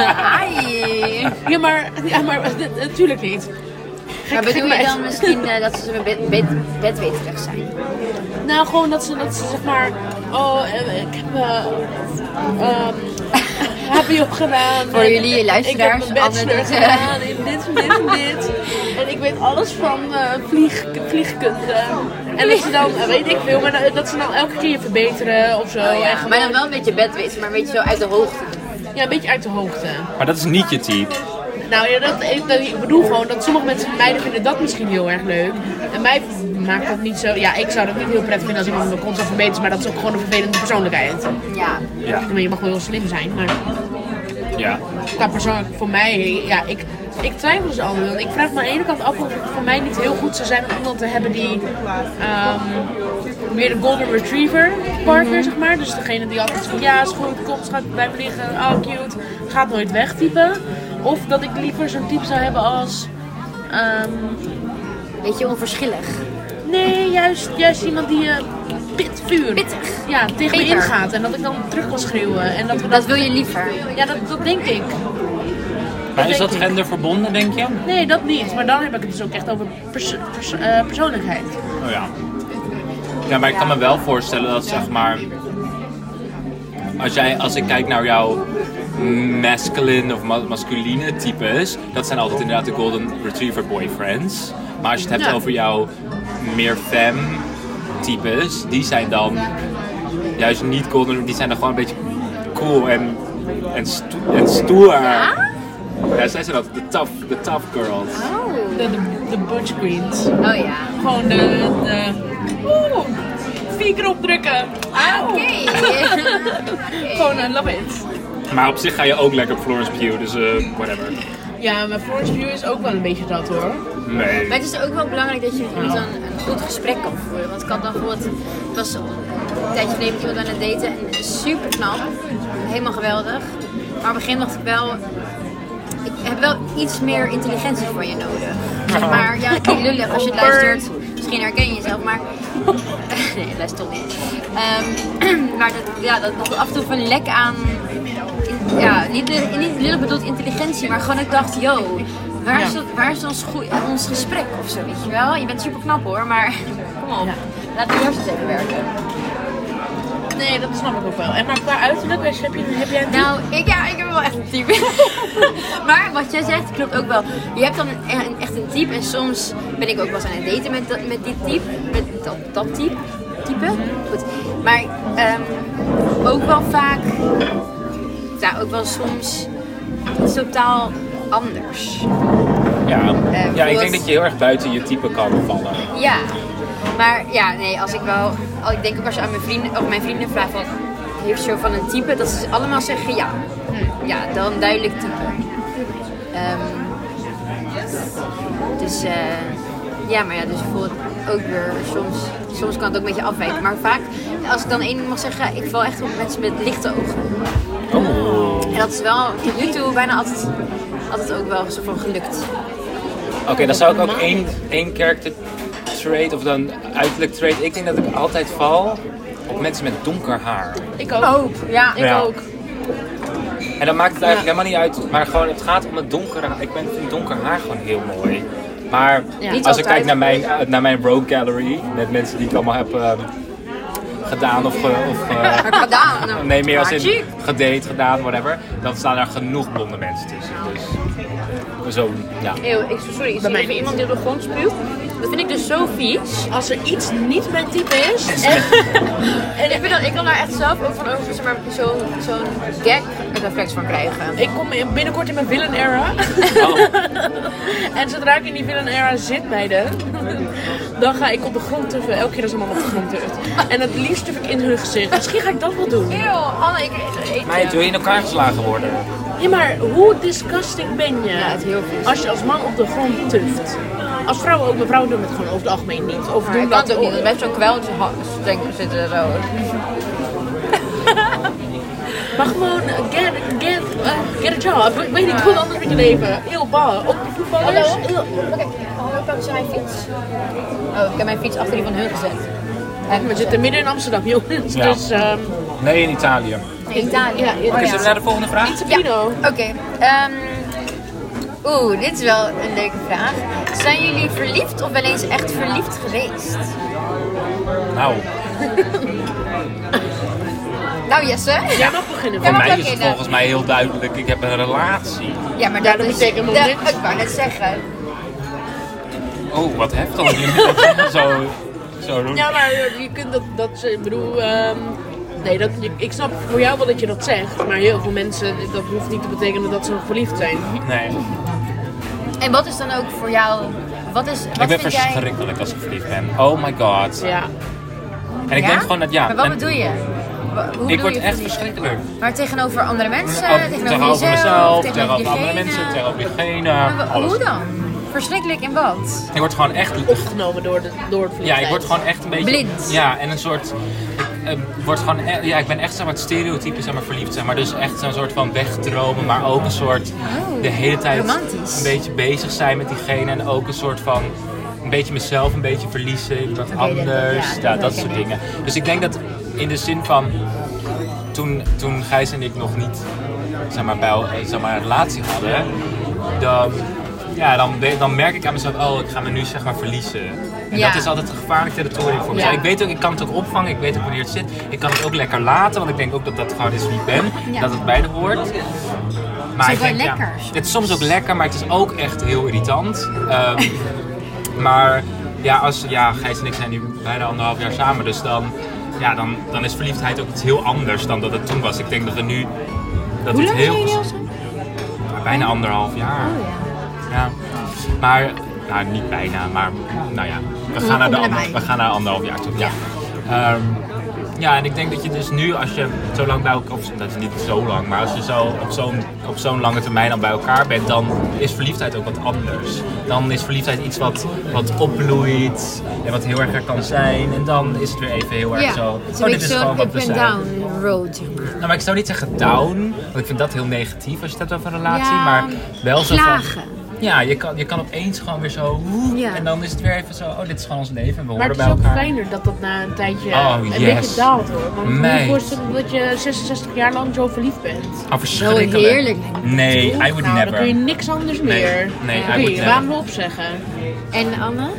Speaker 4: [LAUGHS] Ai.
Speaker 2: Ja, maar, ja, maar eh, natuurlijk niet.
Speaker 4: Maar bedoel je
Speaker 2: meid.
Speaker 4: dan misschien eh, dat ze een bed, bed, bedweterig zijn?
Speaker 2: [LAUGHS] Nou, gewoon dat ze, dat ze zeg maar, oh, eh, ik heb eh, ehm [LAUGHS] HBO gedaan.
Speaker 4: Voor
Speaker 2: en
Speaker 4: jullie luisteraars,
Speaker 2: Ik heb een bachelor
Speaker 4: Anne [LAUGHS] doet, eh,
Speaker 2: gedaan in dit en dit en dit. En ik weet alles van eh, vlieg, vliegkunde. En dat ze dan, eh, weet ik veel, maar dat- dat ze dan elke keer verbeteren of zo.
Speaker 4: Oh,
Speaker 2: En gewoon-
Speaker 4: Maar dan wel een beetje bedweter, maar een beetje zo uit de hoogte.
Speaker 2: ja, een beetje uit de hoogte.
Speaker 3: Maar dat is niet je type.
Speaker 2: Nou ja, dat, ik, dat- ik bedoel gewoon dat sommige mensen, meiden vinden dat misschien heel erg leuk. En mij maakt dat niet zo... Ja, ik zou dat niet heel prettig vinden als iemand me constant verbetert. Maar dat is ook gewoon een vervelende persoonlijkheid.
Speaker 4: Ja.
Speaker 3: Ja.
Speaker 2: Ik bedoel, Je mag wel heel slim zijn, maar
Speaker 3: Ja.
Speaker 2: qua persoonlijk voor mij... Ja, ik, ik twijfel ze altijd. Want ik vraag me aan de ene kant af of het voor mij niet heel goed zou zijn om iemand te hebben die... ehm, meer de golden retriever partner, zeg maar. Dus degene die altijd van ja, is goed, kom, schat, blijf liggen, oh cute, gaat nooit weg type. Of dat ik liever zo'n type zou hebben als... ehm,
Speaker 4: Beetje onverschillig.
Speaker 2: Nee, juist, juist iemand die je pitvuur
Speaker 4: Pittig.
Speaker 2: ja, tegen me
Speaker 4: Peper.
Speaker 2: ingaat. En dat ik dan terug kan schreeuwen. En dat we
Speaker 4: Dat
Speaker 2: dat...
Speaker 4: wil je liever.
Speaker 2: Ja, dat, dat denk ik.
Speaker 3: Maar is dat
Speaker 2: denk ik.
Speaker 3: genderverbonden, denk je?
Speaker 2: Nee, dat niet. Maar dan heb ik het dus ook echt over pers- pers- eh, persoonlijkheid.
Speaker 3: Oh ja. Ja, maar ik kan me wel voorstellen dat zeg maar. Als, jij, als ik kijk naar jouw masculine of ma- masculine types, dat zijn altijd inderdaad de golden retriever boyfriends. Maar als je het hebt
Speaker 2: Ja.
Speaker 3: over jouw meer femme types, die zijn dan juist niet golden, die zijn dan gewoon een beetje cool en, en, sto- en stoer. Ja? zij zijn altijd de tough, de tough girls.
Speaker 2: De, de, de butch queens.
Speaker 4: Oh ja.
Speaker 2: Gewoon de... de... Oeh, vier keer opdrukken. Auw.
Speaker 4: Oké. [LAUGHS]
Speaker 2: Gewoon, I love it.
Speaker 3: Maar op zich ga je ook lekker op Florence Pugh, dus eh, whatever.
Speaker 2: Ja, maar Florence View is ook wel een beetje dat hoor.
Speaker 3: Nee.
Speaker 4: Maar het is ook wel belangrijk dat je met iemand dan een goed gesprek kan voeren. Want ik had dan bijvoorbeeld, het was een tijdje geleden met iemand aan het daten en super knap, helemaal geweldig. Maar op het begin dacht ik wel, ik heb wel iets meer intelligentie voor je nodig. Zeg maar, ja, Oh. ik ben lullig als je het luistert. Misschien herken je jezelf, maar... [LAUGHS] nee, luister toch niet. Ehm, [CLEARS THROAT] maar dat, ja, dat had af en toe van lek aan... in- ja, niet, li- niet lullig bedoeld intelligentie, maar gewoon ik dacht, yo... Waar is, dat, waar is ons, goe- ons gesprek of zo, weet je wel? Je bent super knap hoor, maar [LAUGHS] kom op. Laat die hersens even werken.
Speaker 2: Nee, dat snap ik ook wel. En maar qua uiterlijk, als je- heb, je, heb jij een
Speaker 4: Nou, ik, ja, ik heb wel echt een type. [LAUGHS] maar wat jij zegt klopt ook wel. Je hebt dan een, een- echt een type en soms ben ik ook wel eens aan het daten met, dat, met die type. Met dat, dat type. Type? Goed. Maar ehm, ook wel vaak, ja, ook wel soms het is totaal anders.
Speaker 2: Eh,
Speaker 3: Ja, ja ik denk
Speaker 4: bijvoorbeeld-
Speaker 3: dat je heel erg buiten je type kan vallen.
Speaker 4: Ja, maar ja, nee, als ik wel. al- Ik denk ook als je aan mijn vrienden, of mijn vrienden vraagt van. Heeft zo van een type, dat ze allemaal zeggen ja. Hm, Ja, dan duidelijk type. Ehm, dus eh, ja, maar ja, dus bijvoorbeeld ook weer soms. Soms kan het ook een beetje afwijken, maar vaak als ik dan één ding mag zeggen, ik val echt op mensen met lichte ogen.
Speaker 3: Oh.
Speaker 4: En dat is wel tot nu toe bijna altijd, altijd ook wel zo van gelukt.
Speaker 3: Oké, dan zou ik ook één, één character trait of dan uiterlijk trait. Ik denk dat ik altijd val op mensen met donker haar.
Speaker 2: Ik ook.
Speaker 4: ja.
Speaker 2: Ik
Speaker 3: Oh. Ja.
Speaker 2: ook.
Speaker 3: En dat maakt het eigenlijk helemaal niet uit. Maar gewoon, het gaat om het donkere haar. Ik ben- vind donker haar gewoon heel mooi. Maar
Speaker 2: Ja.
Speaker 3: als
Speaker 2: Niet
Speaker 3: ik kijk naar mijn, eh, naar mijn road gallery, met mensen die ik allemaal heb eh, gedaan of... ge- of
Speaker 2: [LAUGHS]
Speaker 3: eh,
Speaker 4: Maar gedaan.
Speaker 3: Nee, meer als
Speaker 4: Hartje.
Speaker 3: in gedate, gedaan, whatever. Dan staan er genoeg blonde mensen tussen.
Speaker 4: Nou.
Speaker 3: Dus zo, ja.
Speaker 4: Eeuw, ik, sorry, ik zie
Speaker 2: mij
Speaker 4: even
Speaker 2: niet.
Speaker 4: iemand die op de grond spuugt. Dat vind ik dus zo vies.
Speaker 2: Als er iets niet mijn type is,
Speaker 4: En ik, vind dat, ik kan daar echt zelf ook van over zeg maar, zo'n zo'n gag reflex van krijgen.
Speaker 2: ik kom in- binnenkort in mijn villain era.
Speaker 4: Oh.
Speaker 2: [LAUGHS] en zodra ik in die villain era zit, meiden, dan ga ik op de grond tuffen. Elke keer als een man op de grond tuft. En het liefst tuf ik in hun gezicht. Misschien ga ik dat wel doen.
Speaker 4: Eeuw, Anne, ik eet
Speaker 3: Meid, wil je in elkaar geslagen worden?
Speaker 2: Ja, maar hoe disgusting ben je?
Speaker 4: Ja, het is heel vies.
Speaker 2: Als je als man op de grond tuft. Als vrouwen ook, maar vrouwen doen het gewoon over het algemeen niet. Of
Speaker 4: Maar
Speaker 2: doen
Speaker 4: ik kan het
Speaker 2: dat
Speaker 4: ook niet,
Speaker 2: ook.
Speaker 4: want met zo'n kweltje ha- denk- zitten er zo.
Speaker 2: Maar gewoon, eh, get, get, eh, get a job. Ik weet niet, goed anders met je leven. Heel ballen. Ook de voetballers. Heel-
Speaker 4: Oké, hallo, pakken ze mijn fiets? Oh, ik heb mijn fiets achter die van hun gezet.
Speaker 2: We zitten midden in Amsterdam, jongens.
Speaker 3: Ja.
Speaker 2: Dus, ehm
Speaker 3: Nee, in Italië.
Speaker 4: In Italië.
Speaker 2: ja,
Speaker 3: Oké, zullen we Oh, naar de volgende vraag?
Speaker 2: Pizza
Speaker 4: Ja,
Speaker 2: Pino.
Speaker 4: Oké. ehm, Oeh, dit is wel een leuke vraag. Zijn jullie verliefd of wel eens echt verliefd geweest?
Speaker 3: Nou,
Speaker 4: Nou, Jesse.
Speaker 2: Ja, dat beginnen we.
Speaker 4: Ja,
Speaker 3: voor
Speaker 4: maar
Speaker 3: mij
Speaker 4: oké,
Speaker 3: is het
Speaker 4: nou.
Speaker 3: volgens mij heel duidelijk. Ik heb een relatie.
Speaker 4: Ja, maar
Speaker 2: Ja,
Speaker 4: dat,
Speaker 2: dat
Speaker 4: is-
Speaker 2: betekent nog
Speaker 4: dat-
Speaker 2: niks.
Speaker 4: Ik wou net zeggen.
Speaker 3: Oh, wat
Speaker 4: [LAUGHS]
Speaker 3: heftig. [LAUGHS] Je moet dat allemaal zo, zo doen.
Speaker 2: Ja, maar eh, je kunt dat, dat ik bedoel, ehm, nee, dat, je- ik snap voor jou wel dat je dat zegt, maar heel veel mensen, dat hoeft niet te betekenen dat ze nog verliefd zijn.
Speaker 3: Nee,
Speaker 4: En wat is dan ook voor jou... Wat is, wat
Speaker 3: ik ben
Speaker 4: vind jij...
Speaker 3: verschrikkelijk als ik verliefd ben. Oh my god.
Speaker 2: Ja.
Speaker 3: En ik
Speaker 4: Ja?
Speaker 3: denk gewoon dat ja.
Speaker 4: Maar wat
Speaker 3: en
Speaker 4: bedoel je? Wa- Hoe
Speaker 3: Ik
Speaker 4: doe
Speaker 3: word
Speaker 4: je
Speaker 3: echt
Speaker 4: verliefd?
Speaker 3: verschrikkelijk.
Speaker 4: Maar tegenover andere mensen,
Speaker 3: Ook
Speaker 4: tegenover,
Speaker 3: Tegenover
Speaker 4: jezelf,
Speaker 3: mezelf,
Speaker 4: tegenover,
Speaker 3: tegenover andere
Speaker 4: diegene.
Speaker 3: mensen, tegenover
Speaker 4: Maar
Speaker 3: diegene.
Speaker 4: wa- Hoe
Speaker 3: Alles.
Speaker 4: dan? Verschrikkelijk in wat?
Speaker 3: Ik word gewoon echt
Speaker 2: Opgenomen door, de, door het verliefdheid.
Speaker 3: Ja, ik word gewoon echt een beetje...
Speaker 4: Blind.
Speaker 3: Ja, en een soort... Ik, eh, word gewoon, e- ja, ik ben echt zeg maar, het stereotype zeg maar, verliefd, zeg maar. Dus echt zo'n soort van wegdromen, maar ook een soort... de hele tijd
Speaker 4: Oh, romantisch.
Speaker 3: een beetje bezig zijn met diegene. En ook een soort van een beetje mezelf een beetje verliezen, iemand
Speaker 4: Oké, dat- dat-
Speaker 3: anders, ja,
Speaker 4: ja, dat
Speaker 3: dat
Speaker 4: herken
Speaker 3: soort
Speaker 4: ik.
Speaker 3: dingen. Dus ik denk dat in de zin van toen, toen Gijs en ik nog niet zeg maar, bij, el- zeg maar, een relatie hadden, dan, ja, dan, de- dan merk ik aan mezelf, oh, ik ga me nu zeg maar verliezen. En
Speaker 4: Ja.
Speaker 3: dat is altijd een gevaarlijk territorium voor me.
Speaker 4: Ja.
Speaker 3: Ik weet ook, ik kan het ook opvangen, ik weet ook wanneer het zit. Ik kan het ook lekker laten, want ik denk ook dat dat gewoon is wie ik ben,
Speaker 4: Ja.
Speaker 3: dat het bij de hoort. Maar
Speaker 4: Het is ook
Speaker 3: ik
Speaker 4: wel
Speaker 3: denk, ja,
Speaker 4: lekker.
Speaker 3: het is soms ook lekker, maar het is ook echt heel irritant.
Speaker 4: [LAUGHS]
Speaker 3: Ehm, maar ja, als, ja, Gijs en ik zijn nu bijna anderhalf jaar samen, dus dan, ja, dan, dan is verliefdheid ook iets heel anders dan dat het toen was. Ik denk dat we nu... Dat
Speaker 4: Hoe
Speaker 3: het
Speaker 4: lang zijn
Speaker 3: heel,
Speaker 4: jullie al samen?
Speaker 3: Bijna anderhalf jaar.
Speaker 4: Oh,
Speaker 3: Ja. Maar, nou niet bijna, maar nou ja, we gaan naar, de
Speaker 4: Om en
Speaker 3: ander,
Speaker 4: bij.
Speaker 3: we gaan naar anderhalf jaar toe. Ja. Ehm, ja, en ik denk dat je dus nu als je zo lang bij elkaar, of dat is niet zo lang, maar als je zo op zo'n op zo'n lange termijn dan bij elkaar bent, dan is verliefdheid ook wat anders. Dan is verliefdheid iets wat, wat opbloeit en wat heel erg er kan zijn. En dan is het weer even heel erg
Speaker 4: Ja,
Speaker 3: zo.
Speaker 4: het is
Speaker 3: oh,
Speaker 4: een
Speaker 3: dit
Speaker 4: beetje
Speaker 3: is
Speaker 4: zo'n
Speaker 3: gewoon wat
Speaker 4: up
Speaker 3: we
Speaker 4: and
Speaker 3: zijn.
Speaker 4: down road, zeg maar.
Speaker 3: Nou, maar ik zou niet zeggen down, want ik vind dat heel negatief als je het hebt over een relatie,
Speaker 4: Ja,
Speaker 3: maar wel zo
Speaker 4: klagen.
Speaker 3: van... Ja, je kan, je kan opeens gewoon weer zo...
Speaker 4: Ja.
Speaker 3: En dan is het weer even zo, oh, dit is gewoon ons leven en we
Speaker 2: Maar
Speaker 3: horen
Speaker 2: het
Speaker 3: bij
Speaker 2: is ook
Speaker 3: elkaar.
Speaker 2: fijner dat dat na een tijdje
Speaker 3: Oh,
Speaker 2: een
Speaker 3: yes.
Speaker 2: beetje daalt hoor. Want ik kan me
Speaker 3: Meid.
Speaker 2: voorstellen dat je 66 jaar lang zo verliefd bent.
Speaker 3: Oh, verschrikkelijk.
Speaker 4: Zo heerlijk.
Speaker 3: Nee, I would
Speaker 2: Nou,
Speaker 3: never.
Speaker 2: Dan kun je niks anders
Speaker 3: Nee,
Speaker 2: meer.
Speaker 3: nee, I
Speaker 2: Dan kun
Speaker 3: would
Speaker 2: je
Speaker 3: never.
Speaker 2: waarom opzeggen?
Speaker 4: En Anne?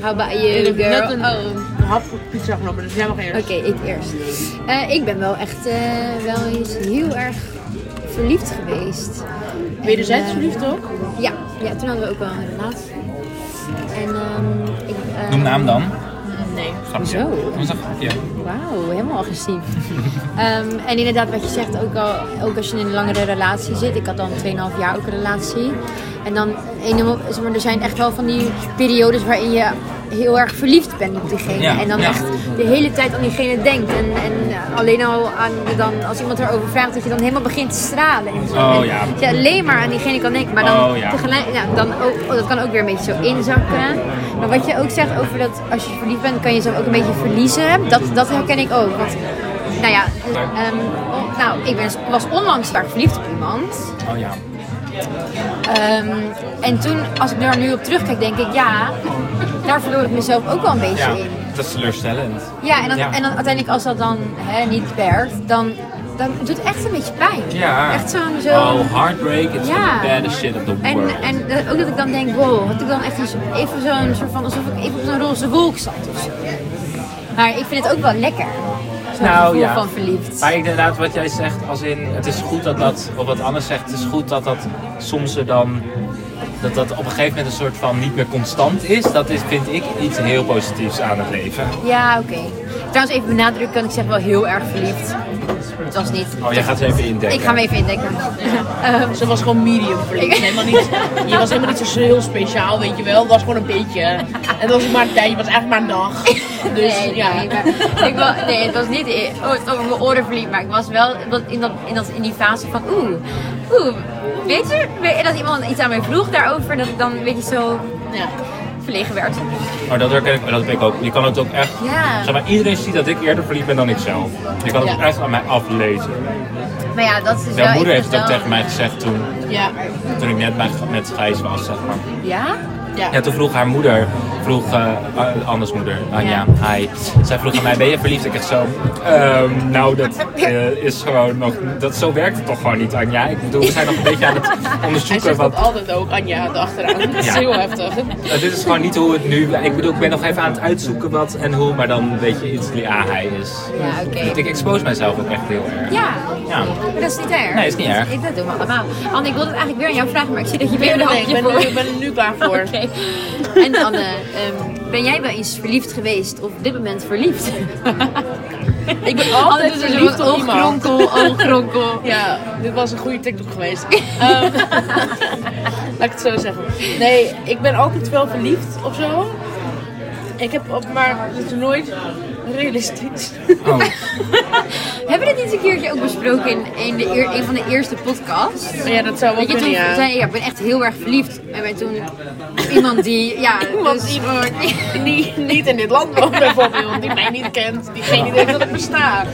Speaker 4: How about you,
Speaker 2: Ik heb
Speaker 4: girl? Oh,
Speaker 2: net een, een hap pizza genomen, dus jij mag eerst.
Speaker 4: Oké, ik eerst. Eh, ik ben wel echt eh, wel eens heel erg verliefd geweest.
Speaker 2: Wederzijds
Speaker 4: En, eh,
Speaker 2: verliefd ook?
Speaker 4: Ja, ja, toen hadden we ook wel een relatie. En ehm ik... eh,
Speaker 3: Noem naam dan.
Speaker 2: Nee.
Speaker 3: Grapje.
Speaker 4: Hoezo?
Speaker 3: Dat was een grapje.
Speaker 4: Wauw, helemaal agressief. [LAUGHS] Ehm, en inderdaad, wat je zegt, ook, al, ook als je in een langere relatie zit. Ik had dan 2,5 jaar ook een relatie. En dan, in een- zeg maar, er zijn echt wel van die periodes waarin je heel erg verliefd bent op diegene.
Speaker 3: Ja,
Speaker 4: en dan
Speaker 3: ja.
Speaker 4: echt de hele tijd aan diegene denkt. En, en eh, alleen al aan, dan, als iemand erover vraagt, dat je dan helemaal begint te stralen. En zo.
Speaker 3: Oh,
Speaker 4: En
Speaker 3: ja.
Speaker 4: dat je alleen maar aan diegene kan denken. Maar dan
Speaker 3: Oh, ja.
Speaker 4: tegelijk, ja, dan ook, oh, dat kan ook weer een beetje zo inzakken. Maar wat je ook zegt over dat als je verliefd bent, kan je jezelf ook een beetje verliezen. Dat, dat herken ik ook. Want, nou ja, ehm, oh, nou, ik ben, was onlangs vaak verliefd op iemand.
Speaker 3: Oh ja.
Speaker 4: Ehm, en toen, als ik daar nu op terugkijk, denk ik, ja, daar verloor ik mezelf ook wel een beetje
Speaker 3: Ja,
Speaker 4: in.
Speaker 3: dat is teleurstellend.
Speaker 4: Ja, en dan,
Speaker 3: Ja.
Speaker 4: En dan uiteindelijk als dat dan hè, niet werkt, dan, dan doet het echt een beetje pijn.
Speaker 3: Ja.
Speaker 4: Echt zo'n zo
Speaker 3: Oh, heartbreak, it's
Speaker 4: Ja.
Speaker 3: the baddest shit of the world.
Speaker 4: En, en dat- ook dat ik dan denk, wow, had ik dan echt een- even zo'n soort van, alsof ik even op zo'n roze wolk zat of zo. Maar ik vind het ook wel lekker. Zo'n gevoel van verliefd.
Speaker 3: Nou, Maar inderdaad, wat jij zegt, als in, het is goed dat dat, of wat Anne zegt, het is goed dat dat soms er dan, dat dat op een gegeven moment een soort van niet meer constant is. Dat is, vind ik, iets heel positiefs aan het leven.
Speaker 4: Ja, oké. Trouwens, even benadrukken, ik zeg wel heel erg verliefd. Het was niet...
Speaker 3: Oh, jij gaat ze even indenken.
Speaker 4: Ik ga hem even [LAUGHS] indenken. Ehm,
Speaker 2: Ze was gewoon medium verliefd. Helemaal niet, je was helemaal niet zo heel speciaal, weet je wel. Het was gewoon een beetje. Het was maar een tijdje, het was eigenlijk maar een dag. Dus
Speaker 4: [LAUGHS] nee,
Speaker 2: ja.
Speaker 4: nee, maar ik wa- nee, het was niet in- oh, het was over mijn oren verliefd, maar ik was wel wat in, dat, in, dat, in die fase van oeh, oeh, weet je, we- dat iemand iets aan mij vroeg daarover, dat ik dan een beetje zo
Speaker 2: Ja.
Speaker 4: verlegen werd.
Speaker 3: Maar Oh, dat herken ik, dat ben ik ook. Je kan het ook echt,
Speaker 4: Ja.
Speaker 3: zeg maar, iedereen ziet dat ik eerder verliefd ben dan ik zelf. Je kan het
Speaker 2: Ja.
Speaker 3: ook echt aan mij aflezen.
Speaker 4: Maar ja, dat is dus
Speaker 3: Mijn
Speaker 4: wel
Speaker 3: moeder heeft het ook
Speaker 4: interessant.
Speaker 3: tegen mij gezegd toen,
Speaker 2: Ja.
Speaker 3: toen ik net bij, met Gijs was, zeg maar.
Speaker 4: Ja?
Speaker 3: Ja, toen vroeg haar moeder, vroeg eh eh, Annes moeder, Anja, hi. Zij vroeg aan mij, ben je verliefd? Ik echt zo, ehm, nou dat eh, is gewoon nog, dat, zo werkt het toch gewoon niet Anja. Ik bedoel, we zijn nog een beetje aan het
Speaker 2: [LAUGHS] Hij
Speaker 3: onderzoeken,
Speaker 2: zegt
Speaker 3: want
Speaker 2: dat altijd ook, Anja, de achteraan. Dat is
Speaker 3: Ja.
Speaker 2: heel heftig.
Speaker 3: eh, dit is gewoon niet hoe het nu, ik bedoel, ik ben nog even aan het uitzoeken wat en hoe, maar dan weet je iets, ja hij is.
Speaker 4: Ja, oké.
Speaker 3: Ik expose mijzelf ook echt heel erg.
Speaker 4: Ja.
Speaker 3: Ja.
Speaker 4: Maar dat is niet erg.
Speaker 3: Nee, is niet erg.
Speaker 4: Ik- Dat doen we allemaal. Anne, ik wilde het eigenlijk weer aan jou vragen, maar ik zie dat je weer een
Speaker 2: Nee, ik
Speaker 4: hapje
Speaker 2: ben, nu-
Speaker 4: voor...
Speaker 2: ik ben er nu klaar voor.
Speaker 4: [LAUGHS] Oké. En Anne, ehm, ben jij wel eens verliefd geweest of op dit moment verliefd?
Speaker 2: [LAUGHS] Ik ben altijd
Speaker 4: Anne doet een
Speaker 2: verliefd
Speaker 4: soort
Speaker 2: op iemand.
Speaker 4: Oogkronkel,
Speaker 2: [LAUGHS]
Speaker 4: oogkronkel.
Speaker 2: Ja, dit was een goede TikTok
Speaker 4: [LAUGHS]
Speaker 2: geweest. Ehm, [LAUGHS] laat ik het zo zeggen. Nee, ik ben altijd wel verliefd of zo. Ik heb op, maar het is nooit realistisch.
Speaker 3: Oh,
Speaker 4: Hebben we dit niet een keertje ook besproken in, in de eer- een van de eerste podcasts?
Speaker 2: Maar ja, dat zou wel
Speaker 4: Dat je
Speaker 2: kunnen,
Speaker 4: toen
Speaker 2: ja.
Speaker 4: zei, ja, ik ben echt heel erg verliefd. En wij toen iemand die, ja,
Speaker 2: [LAUGHS] Iemand
Speaker 4: dus-
Speaker 2: die niet, niet in dit land woont bijvoorbeeld, die mij niet kent, die geen idee dat ik besta.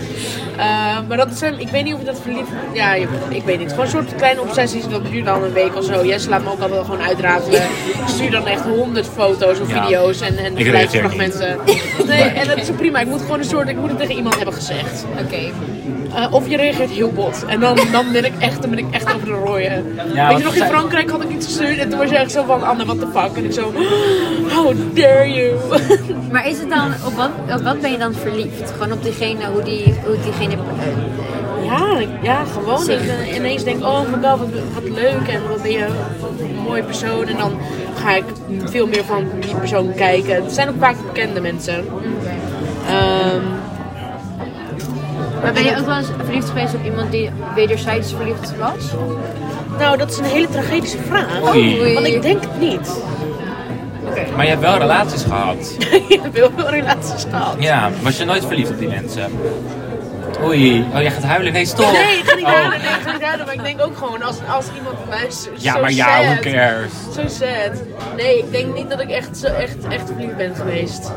Speaker 2: Eh, maar dat zijn, ik weet niet of je dat verliefd. Ja, je- ik weet niet. Gewoon een soort kleine obsessies, dat duurt dan een week of zo. Jess laat me ook altijd gewoon uitrafelen. Ik stuur dan echt honderd foto's of
Speaker 3: Ja.
Speaker 2: video's en, en
Speaker 3: Ik reageer
Speaker 2: geluidsfragmenten. eh, Nee, en dat is ook prima. Ik moet gewoon een soort, ik moet het tegen iemand hebben gezegd.
Speaker 4: Oké.
Speaker 2: Eh, of je reageert heel bot. En dan, dan, ben ik echt, dan ben ik echt over de rooien. Weet
Speaker 3: want
Speaker 2: je nog, in
Speaker 3: zij-
Speaker 2: Frankrijk had ik iets gestuurd. En toen was je echt zo van, Anne, what the fuck? En ik zo, "Oh, how dare you?
Speaker 4: Maar is het dan, op wat, op wat ben je dan verliefd? Gewoon op diegene, hoe, die, hoe diegene... eh,
Speaker 2: [LAUGHS] Ja, ik- ja gewoon. Ik eh, ineens denk, oh my god, wat, wat leuk en wat ben je een mooie persoon. En dan ga ik veel meer van die persoon kijken. Het zijn ook vaak bekende mensen. Ehm,
Speaker 4: Maar ben je ook wel eens verliefd geweest op iemand die wederzijds verliefd was? Oké.
Speaker 2: nou, dat is een hele tragische vraag.
Speaker 3: Oei.
Speaker 2: Want ik denk het niet.
Speaker 3: Maar je hebt wel relaties gehad.
Speaker 2: Ik heb heel veel relaties gehad.
Speaker 3: Ja, was je nooit verliefd op die mensen? Oei, oh jij gaat huilen. Nee, stop.
Speaker 2: Nee, ik ga niet
Speaker 3: Oh.
Speaker 2: raden, nee, ik ga niet raden. Maar ik denk ook gewoon, als, als iemand luistert,
Speaker 3: Ja,
Speaker 2: zo
Speaker 3: maar ja,
Speaker 2: sad.
Speaker 3: who cares?
Speaker 2: Zo sad. Nee, ik denk niet dat ik echt, zo, echt, echt verliefd ben geweest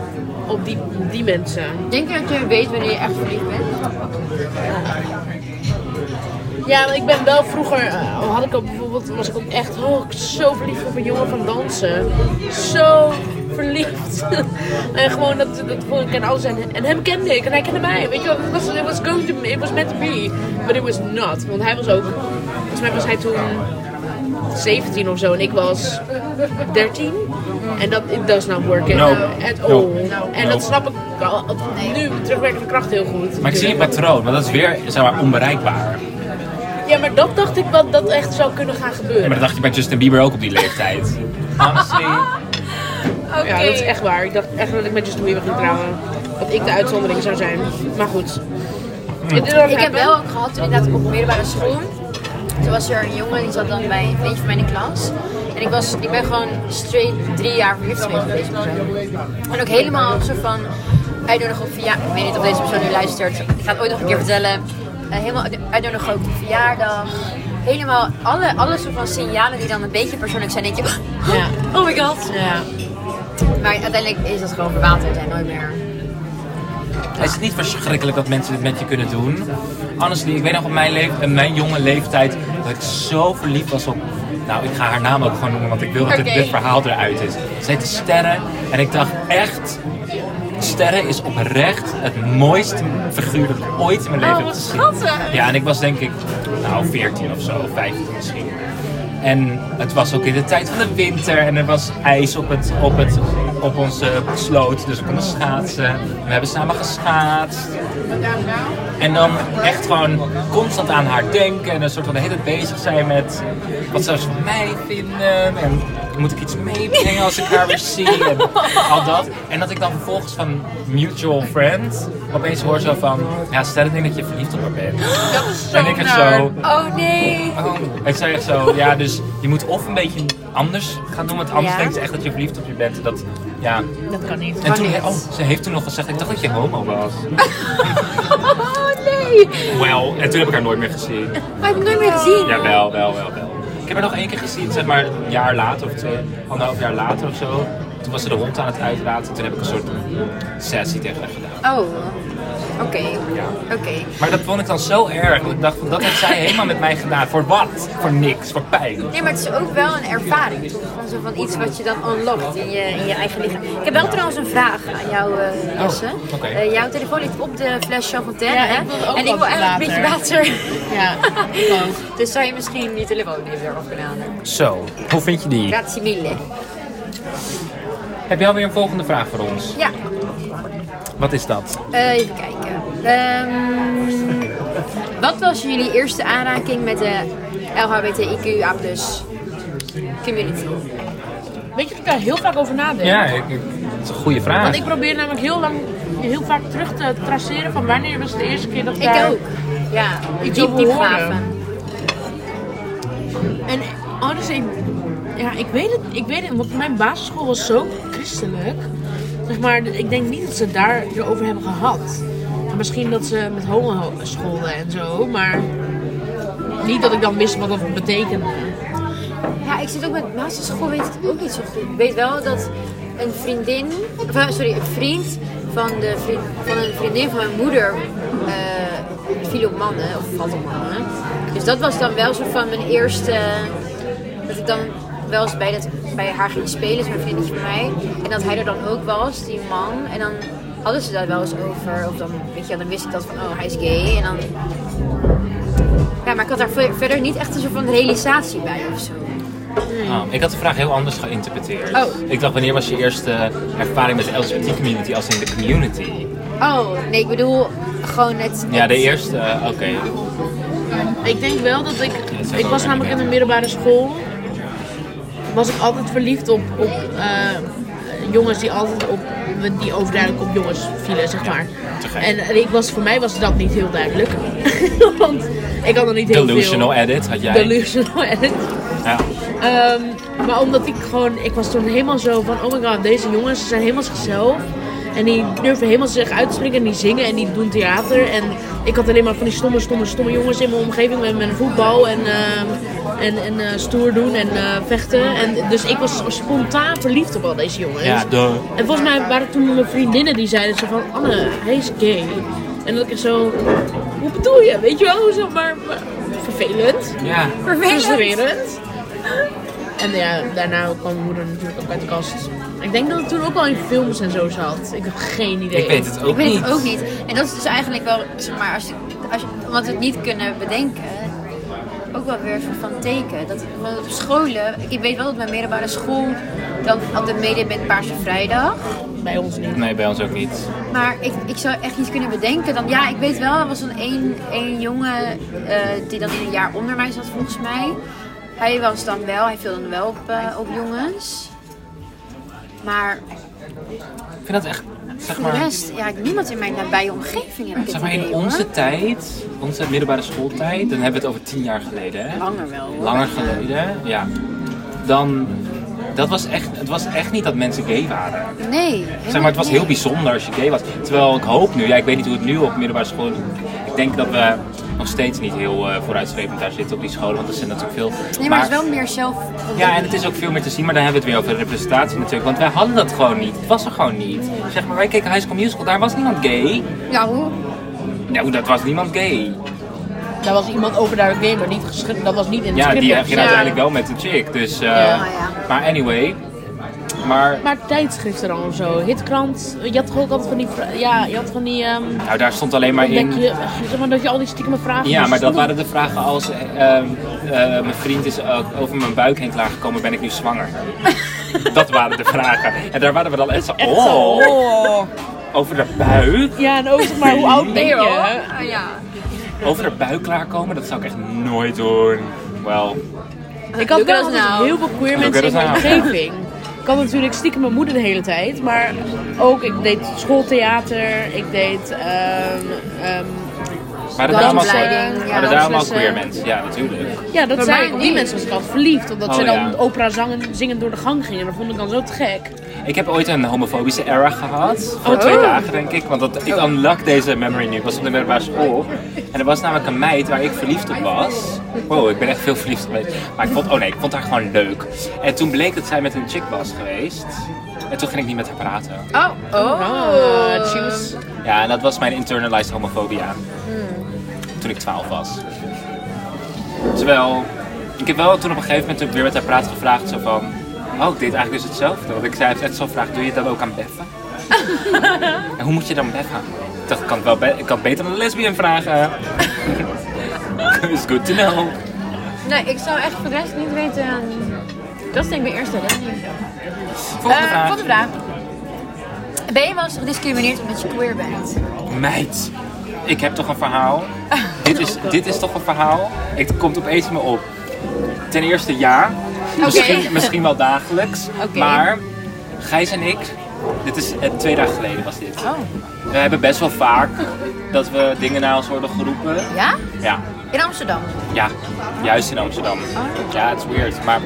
Speaker 2: op die, die mensen.
Speaker 4: Denk je dat je weet wanneer je echt verliefd bent?
Speaker 2: Ja, maar ik ben wel vroeger, eh, had ik ook bijvoorbeeld, was ik ook echt oh, ik was zo verliefd op een jongen van dansen. Zo verliefd. [LAUGHS] en gewoon dat, dat vond ik en alles. En, en hem kende ik en hij kende mij. Weet je wel, it was, it was going to be, it was meant to be. But it was not. Want hij was ook, volgens mij was hij toen 17 of zo en ik was 13. En dat, it does not work
Speaker 3: No.
Speaker 2: at all.
Speaker 3: No.
Speaker 2: En
Speaker 3: No.
Speaker 2: dat snap ik wel, nu met terugwerkende kracht heel goed.
Speaker 3: Maar ik zie een patroon, want dat is weer zeg maar, onbereikbaar.
Speaker 2: Ja, maar dat dacht ik wel dat echt zou kunnen gaan
Speaker 3: Ja,
Speaker 2: gebeuren.
Speaker 3: maar dat dacht je bij Justin Bieber ook op die leeftijd. Honestly.
Speaker 4: Oké.
Speaker 2: Ja, dat is echt waar. Ik dacht echt dat ik met Justin Bieber ging trouwen. Dat ik de uitzondering zou zijn. Maar goed. It didn't
Speaker 4: Ik heb
Speaker 2: happen.
Speaker 4: wel ook gehad, toen inderdaad op middelbare school. Toen was er een jongen die zat dan bij een vriendje van mij in de klas. En ik, was, ik ben gewoon straight drie jaar verliefd geweest op deze persoon. En ook helemaal zo van uitnodig op verjaardag. Ik weet niet of deze persoon nu luistert. Ik ga het ooit nog een keer vertellen. Eh, helemaal uit- uitnodig ook op verjaardag. Helemaal alle, alle soort van signalen die dan een beetje persoonlijk zijn. Denk je, [LAUGHS]
Speaker 2: Ja.
Speaker 4: oh my god.
Speaker 2: Ja.
Speaker 4: Maar uiteindelijk is dat gewoon verwaterd en nooit meer.
Speaker 3: Is het niet verschrikkelijk dat mensen dit met je kunnen doen? Honestly, ik weet nog op mijn, leef- in mijn jonge leeftijd dat ik zo verliefd was op... Nou, ik ga haar naam ook gewoon noemen, want ik wil dat dit-
Speaker 4: Oké.
Speaker 3: dit, verhaal eruit is. Ze heette Sterren en ik dacht echt... Sterren is oprecht het mooiste figuur dat ik ooit in mijn leven heb gezien. Ja, en ik was denk ik, nou, 14 of zo, 15 misschien. En het was ook in de tijd van de winter en er was ijs op, het, op, het, op onze sloot, dus we konden schaatsen. We hebben samen geschaatst. En dan echt gewoon constant aan haar denken en een soort van de hele tijd bezig zijn met wat zou ze van mij vinden en moet ik iets meebrengen als ik haar weer zie en al dat. En dat ik dan vervolgens van mutual friend opeens hoor zo van, ja stel het in dat je verliefd op haar bent. en ik het zo,
Speaker 4: Oh nee.
Speaker 3: Oh, ik zei echt zo, ja, dus je moet of een beetje anders gaan doen, want anders
Speaker 4: Ja.
Speaker 3: denkt ze echt dat je verliefd op je bent. en Dat, ja.
Speaker 2: Dat kan niet.
Speaker 3: En toen,
Speaker 4: niet.
Speaker 3: oh, ze heeft toen nog gezegd, ik dacht dat je homo was.
Speaker 4: Oh nee.
Speaker 3: Wel, en toen heb ik haar nooit meer gezien.
Speaker 4: Maar ik heb het nooit meer gezien.
Speaker 3: Ja, wel, wel, wel, wel. Ik heb haar nog één keer gezien, zeg maar een jaar later of twee, anderhalf jaar later of zo. Toen was ze de hond aan het uitlaten, toen heb ik een soort sessie tegen haar gedaan.
Speaker 4: Oh, oké. Oké.
Speaker 3: Maar dat vond ik dan zo erg, want ik dacht van, dat heeft zij helemaal met mij gedaan. Voor wat? Voor niks, voor pijn.
Speaker 4: Nee, maar het is ook wel een ervaring, toch? Van, zo van iets wat je dan unlockt in je, in je eigen lichaam. Ik heb wel trouwens een vraag aan jou, eh, Jesse.
Speaker 3: Oh, oké.
Speaker 4: Eh, jouw telefoon ligt op de fles Chavantin,
Speaker 2: Ja,
Speaker 4: hè?
Speaker 2: ik wil ook
Speaker 4: en ik wil
Speaker 2: wat
Speaker 4: eigenlijk een beetje
Speaker 2: later.
Speaker 4: water. [LAUGHS]
Speaker 2: Ja, ik ook.
Speaker 4: dus zou je misschien je telefoon even eraf kunnen halen?
Speaker 3: Zo, hoe vind je die?
Speaker 4: Grazie mille.
Speaker 3: Heb jij alweer een volgende vraag voor ons?
Speaker 4: Ja,
Speaker 3: Wat is dat?
Speaker 4: eh, even kijken. Ehm, wat was jullie eerste aanraking met de LHBTIQA community?
Speaker 2: Weet je, ik daar heel vaak over nadenk.
Speaker 3: Ja, ik, ik- het is een goede vraag.
Speaker 2: Want ik probeer namelijk heel lang, heel vaak terug te traceren van wanneer was de eerste keer dat ik
Speaker 4: Ik
Speaker 2: daar...
Speaker 4: ook. Ja,
Speaker 2: Iets
Speaker 4: diep,
Speaker 2: over
Speaker 4: diep
Speaker 2: horen.
Speaker 4: graven.
Speaker 2: En oh, honestly, ja, ik weet het, ik weet het, want mijn basisschool was zo christelijk. Zeg maar, ik denk niet dat ze daar erover hebben gehad. En misschien dat ze met homo schoolden en zo, maar niet dat ik dan wist wat dat betekende.
Speaker 4: Ja, ik zit ook met basisschool, weet ik het ook niet zo goed. Ik weet wel dat een vriendin, of, eh, sorry, een vriend van, de vriend, van een vriendin van mijn moeder eh, Het viel op mannen, of valt op mannen. Dus dat was dan wel zo van mijn eerste... Dat ik dan wel eens bij, dat, bij haar ging spelen, is mijn vriendinnetje van mij. En dat hij er dan ook was, die man. En dan hadden ze daar wel eens over. Of dan, weet je, wel, dan wist ik dat van, oh, hij is gay. En dan... Ja, maar ik had daar ve- verder niet echt een soort van realisatie bij of zo.
Speaker 3: Ah, ik had de vraag heel anders geïnterpreteerd.
Speaker 4: Oh.
Speaker 3: Ik dacht, wanneer was je eerste ervaring met de LGBT-community als in de community?
Speaker 4: Oh, nee, ik bedoel gewoon het...
Speaker 3: Ja, de eerste, eh, oké.
Speaker 2: Ik denk wel dat ik.
Speaker 3: is wel
Speaker 2: Ik was
Speaker 3: een
Speaker 2: namelijk in de
Speaker 3: idee.
Speaker 2: middelbare school. Was ik altijd verliefd op, op eh, jongens die altijd op. die overduidelijk op jongens vielen, zeg maar.
Speaker 3: te gek.
Speaker 2: En, en ik was, voor mij was dat niet heel duidelijk. [LAUGHS] Want ik had nog niet heel
Speaker 3: Delusional
Speaker 2: veel.
Speaker 3: edit had jij.
Speaker 2: Delusional edit.
Speaker 3: ja.
Speaker 2: Ehm, maar omdat ik gewoon, ik was toen helemaal zo van, oh my god, deze jongens ze zijn helemaal zichzelf. En die durven helemaal zich uit te spreken en die zingen en die doen theater. En ik had alleen maar van die stomme, stomme, stomme jongens in mijn omgeving met, met voetbal en, ehm, en, en eh, stoer doen en eh, vechten. En, dus ik was spontaan verliefd op al deze jongens.
Speaker 3: ja, de.
Speaker 2: En volgens mij waren het toen mijn vriendinnen die zeiden zo van, Anne, hij is gay. En dat ik echt zo, hoe bedoel je? Weet je wel, hoezo, maar, maar vervelend.
Speaker 3: Ja.
Speaker 2: Vervelend. En ja, daarna kwam mijn moeder natuurlijk ook uit de kast. Ik denk dat het toen ook al in films en zo zat. Ik heb geen idee.
Speaker 3: Ik weet het ook
Speaker 4: Ik weet
Speaker 3: niet.
Speaker 4: het ook niet. En dat is dus eigenlijk wel, zeg maar, als je, als je, omdat we het niet kunnen bedenken, ook wel weer een soort van teken. Dat, want op scholen, ik weet wel dat mijn middelbare school dan altijd meedeed met Paarse Vrijdag.
Speaker 2: Bij ons niet.
Speaker 3: Nee, bij ons ook niet.
Speaker 4: Maar ik, ik zou echt niet kunnen bedenken. Dan, ja, ik weet wel, er was dan één, één jongen eh, die dan een jaar onder mij zat, volgens mij. Hij was dan wel, hij viel dan wel op, eh, op jongens. Maar
Speaker 3: Ik vind dat echt, zeg
Speaker 4: voor de
Speaker 3: maar,
Speaker 4: rest, ja, niemand in mijn nabije omgeving heb ik
Speaker 3: zeg
Speaker 4: het
Speaker 3: maar
Speaker 4: idee,
Speaker 3: in
Speaker 4: hoor.
Speaker 3: onze tijd, onze middelbare schooltijd, dan hebben we het over tien jaar geleden. Hè?
Speaker 4: Langer wel. hoor.
Speaker 3: Langer geleden, ja. Dan, dat was echt, het was echt niet dat mensen gay waren.
Speaker 4: Nee.
Speaker 3: Zeg maar, het was heel bijzonder als je gay was. Terwijl ik hoop nu, ja, ik weet niet hoe het nu op middelbare school is. Ik denk dat we nog steeds niet heel eh vooruitstrevend daar zitten op die scholen, want er zijn natuurlijk veel...
Speaker 4: Nee, maar het is wel meer zelf.
Speaker 3: Ja, en het is ook veel meer te zien, maar dan hebben we het weer over de representatie natuurlijk. Want wij hadden dat gewoon niet. Het was er gewoon niet. Zeg maar, wij keken High School Musical, daar was niemand gay.
Speaker 4: Ja, hoe?
Speaker 3: Nou, dat was niemand gay.
Speaker 2: Daar was iemand overduidelijk mee, maar niet geschreven. Dat was niet in het
Speaker 3: Ja,
Speaker 2: script.
Speaker 3: die heb je
Speaker 2: Ja.
Speaker 3: uiteindelijk wel met de chick. Dus, eh,
Speaker 2: Ja,
Speaker 4: ja.
Speaker 3: Maar anyway. Maar
Speaker 2: Maar tijdschriften dan of zo. Hitkrant. Je had toch ook altijd van die... vra- Ja, je had van die... ehm,
Speaker 3: nou, daar stond alleen maar
Speaker 2: dat,
Speaker 3: in...
Speaker 2: je, zeg maar, dat je al die stiekeme vragen
Speaker 3: Ja,
Speaker 2: moest
Speaker 3: maar dat
Speaker 2: doen.
Speaker 3: waren de vragen als eh, ehm, eh, mijn vriend is eh, over mijn buik heen klaargekomen, ben ik nu [LAUGHS] zwanger? dat waren de vragen. En daar waren we dan echt zo,
Speaker 2: Echt zo,
Speaker 3: oh, over de buik?
Speaker 2: Ja, en ook zeg maar, hoe oud ben
Speaker 3: [LAUGHS] Nee,
Speaker 2: je?
Speaker 4: Ah, ja.
Speaker 3: Over de buik klaarkomen, dat zou ik echt nooit doen. Wel,
Speaker 2: Ik had
Speaker 4: Look
Speaker 2: wel
Speaker 4: at us
Speaker 2: altijd
Speaker 4: now.
Speaker 2: heel veel queer
Speaker 3: Look
Speaker 2: mensen
Speaker 3: at
Speaker 2: in
Speaker 3: us
Speaker 2: mijn
Speaker 3: now.
Speaker 2: omgeving. Ik had natuurlijk stiekem mijn moeder de hele tijd, maar ook ik deed schooltheater, ik deed ehm, ehm,
Speaker 3: waren er allemaal,
Speaker 4: Dansleiding,
Speaker 3: waren
Speaker 4: ja,
Speaker 3: er daar allemaal
Speaker 2: danslessen.
Speaker 3: queer mensen? Ja, natuurlijk.
Speaker 2: ja, dat
Speaker 4: Bij
Speaker 2: zijn
Speaker 4: mij
Speaker 2: op die
Speaker 4: niet.
Speaker 2: mensen was ik altijd verliefd, omdat
Speaker 3: Oh,
Speaker 2: ze dan
Speaker 3: ja.
Speaker 2: opera zangen, zingend door de gang gingen. Dat vond ik dan zo te gek.
Speaker 3: Ik heb ooit een homofobische era gehad. Voor
Speaker 2: Oh.
Speaker 3: twee dagen, denk ik. Want dat, ik unlock deze memory nu. Ik was op de middelbare school. En er was namelijk een meid waar ik verliefd op was. Wow, ik ben echt veel verliefd geweest. Maar ik vond, oh nee, ik vond haar gewoon leuk. En toen bleek dat zij met een chick was geweest. En toen ging ik niet met haar praten.
Speaker 4: Oh,
Speaker 2: Ah,
Speaker 4: oh.
Speaker 2: tjus.
Speaker 3: Ja, en dat was mijn internalized homofobia. Toen ik 12 was. Terwijl, ik heb wel toen op een gegeven moment toen ik weer met haar praat gevraagd zo van... Oh, ik deed eigenlijk dus hetzelfde. Want ik zei, heeft echt zo'n vraag, doe je dat ook aan beffen? [LAUGHS] en hoe moet je dan beffen? Ik dacht, ik kan, het wel be- ik kan het beter aan een lesbian vragen. [LAUGHS] Is good to know.
Speaker 4: Nee, ik zou echt voor de rest niet weten. Dat is denk ik mijn eerste herinnering.
Speaker 3: Volgende
Speaker 4: Eh,
Speaker 3: vraag.
Speaker 4: Volgende vraag. Ben je wel eens gediscrimineerd omdat je queer bent?
Speaker 3: Meid, ik heb toch een verhaal? dit, is, dit is toch een verhaal? Het komt opeens in me op. Ten eerste ja, misschien, misschien wel dagelijks.
Speaker 4: Oké.
Speaker 3: Maar Gijs en ik, dit is eh, twee dagen geleden was dit. We hebben best wel vaak dat we dingen naar ons worden geroepen.
Speaker 4: Ja?
Speaker 3: Ja,
Speaker 4: In Amsterdam.
Speaker 3: ja, juist in Amsterdam. Ja, het is weird. Maar,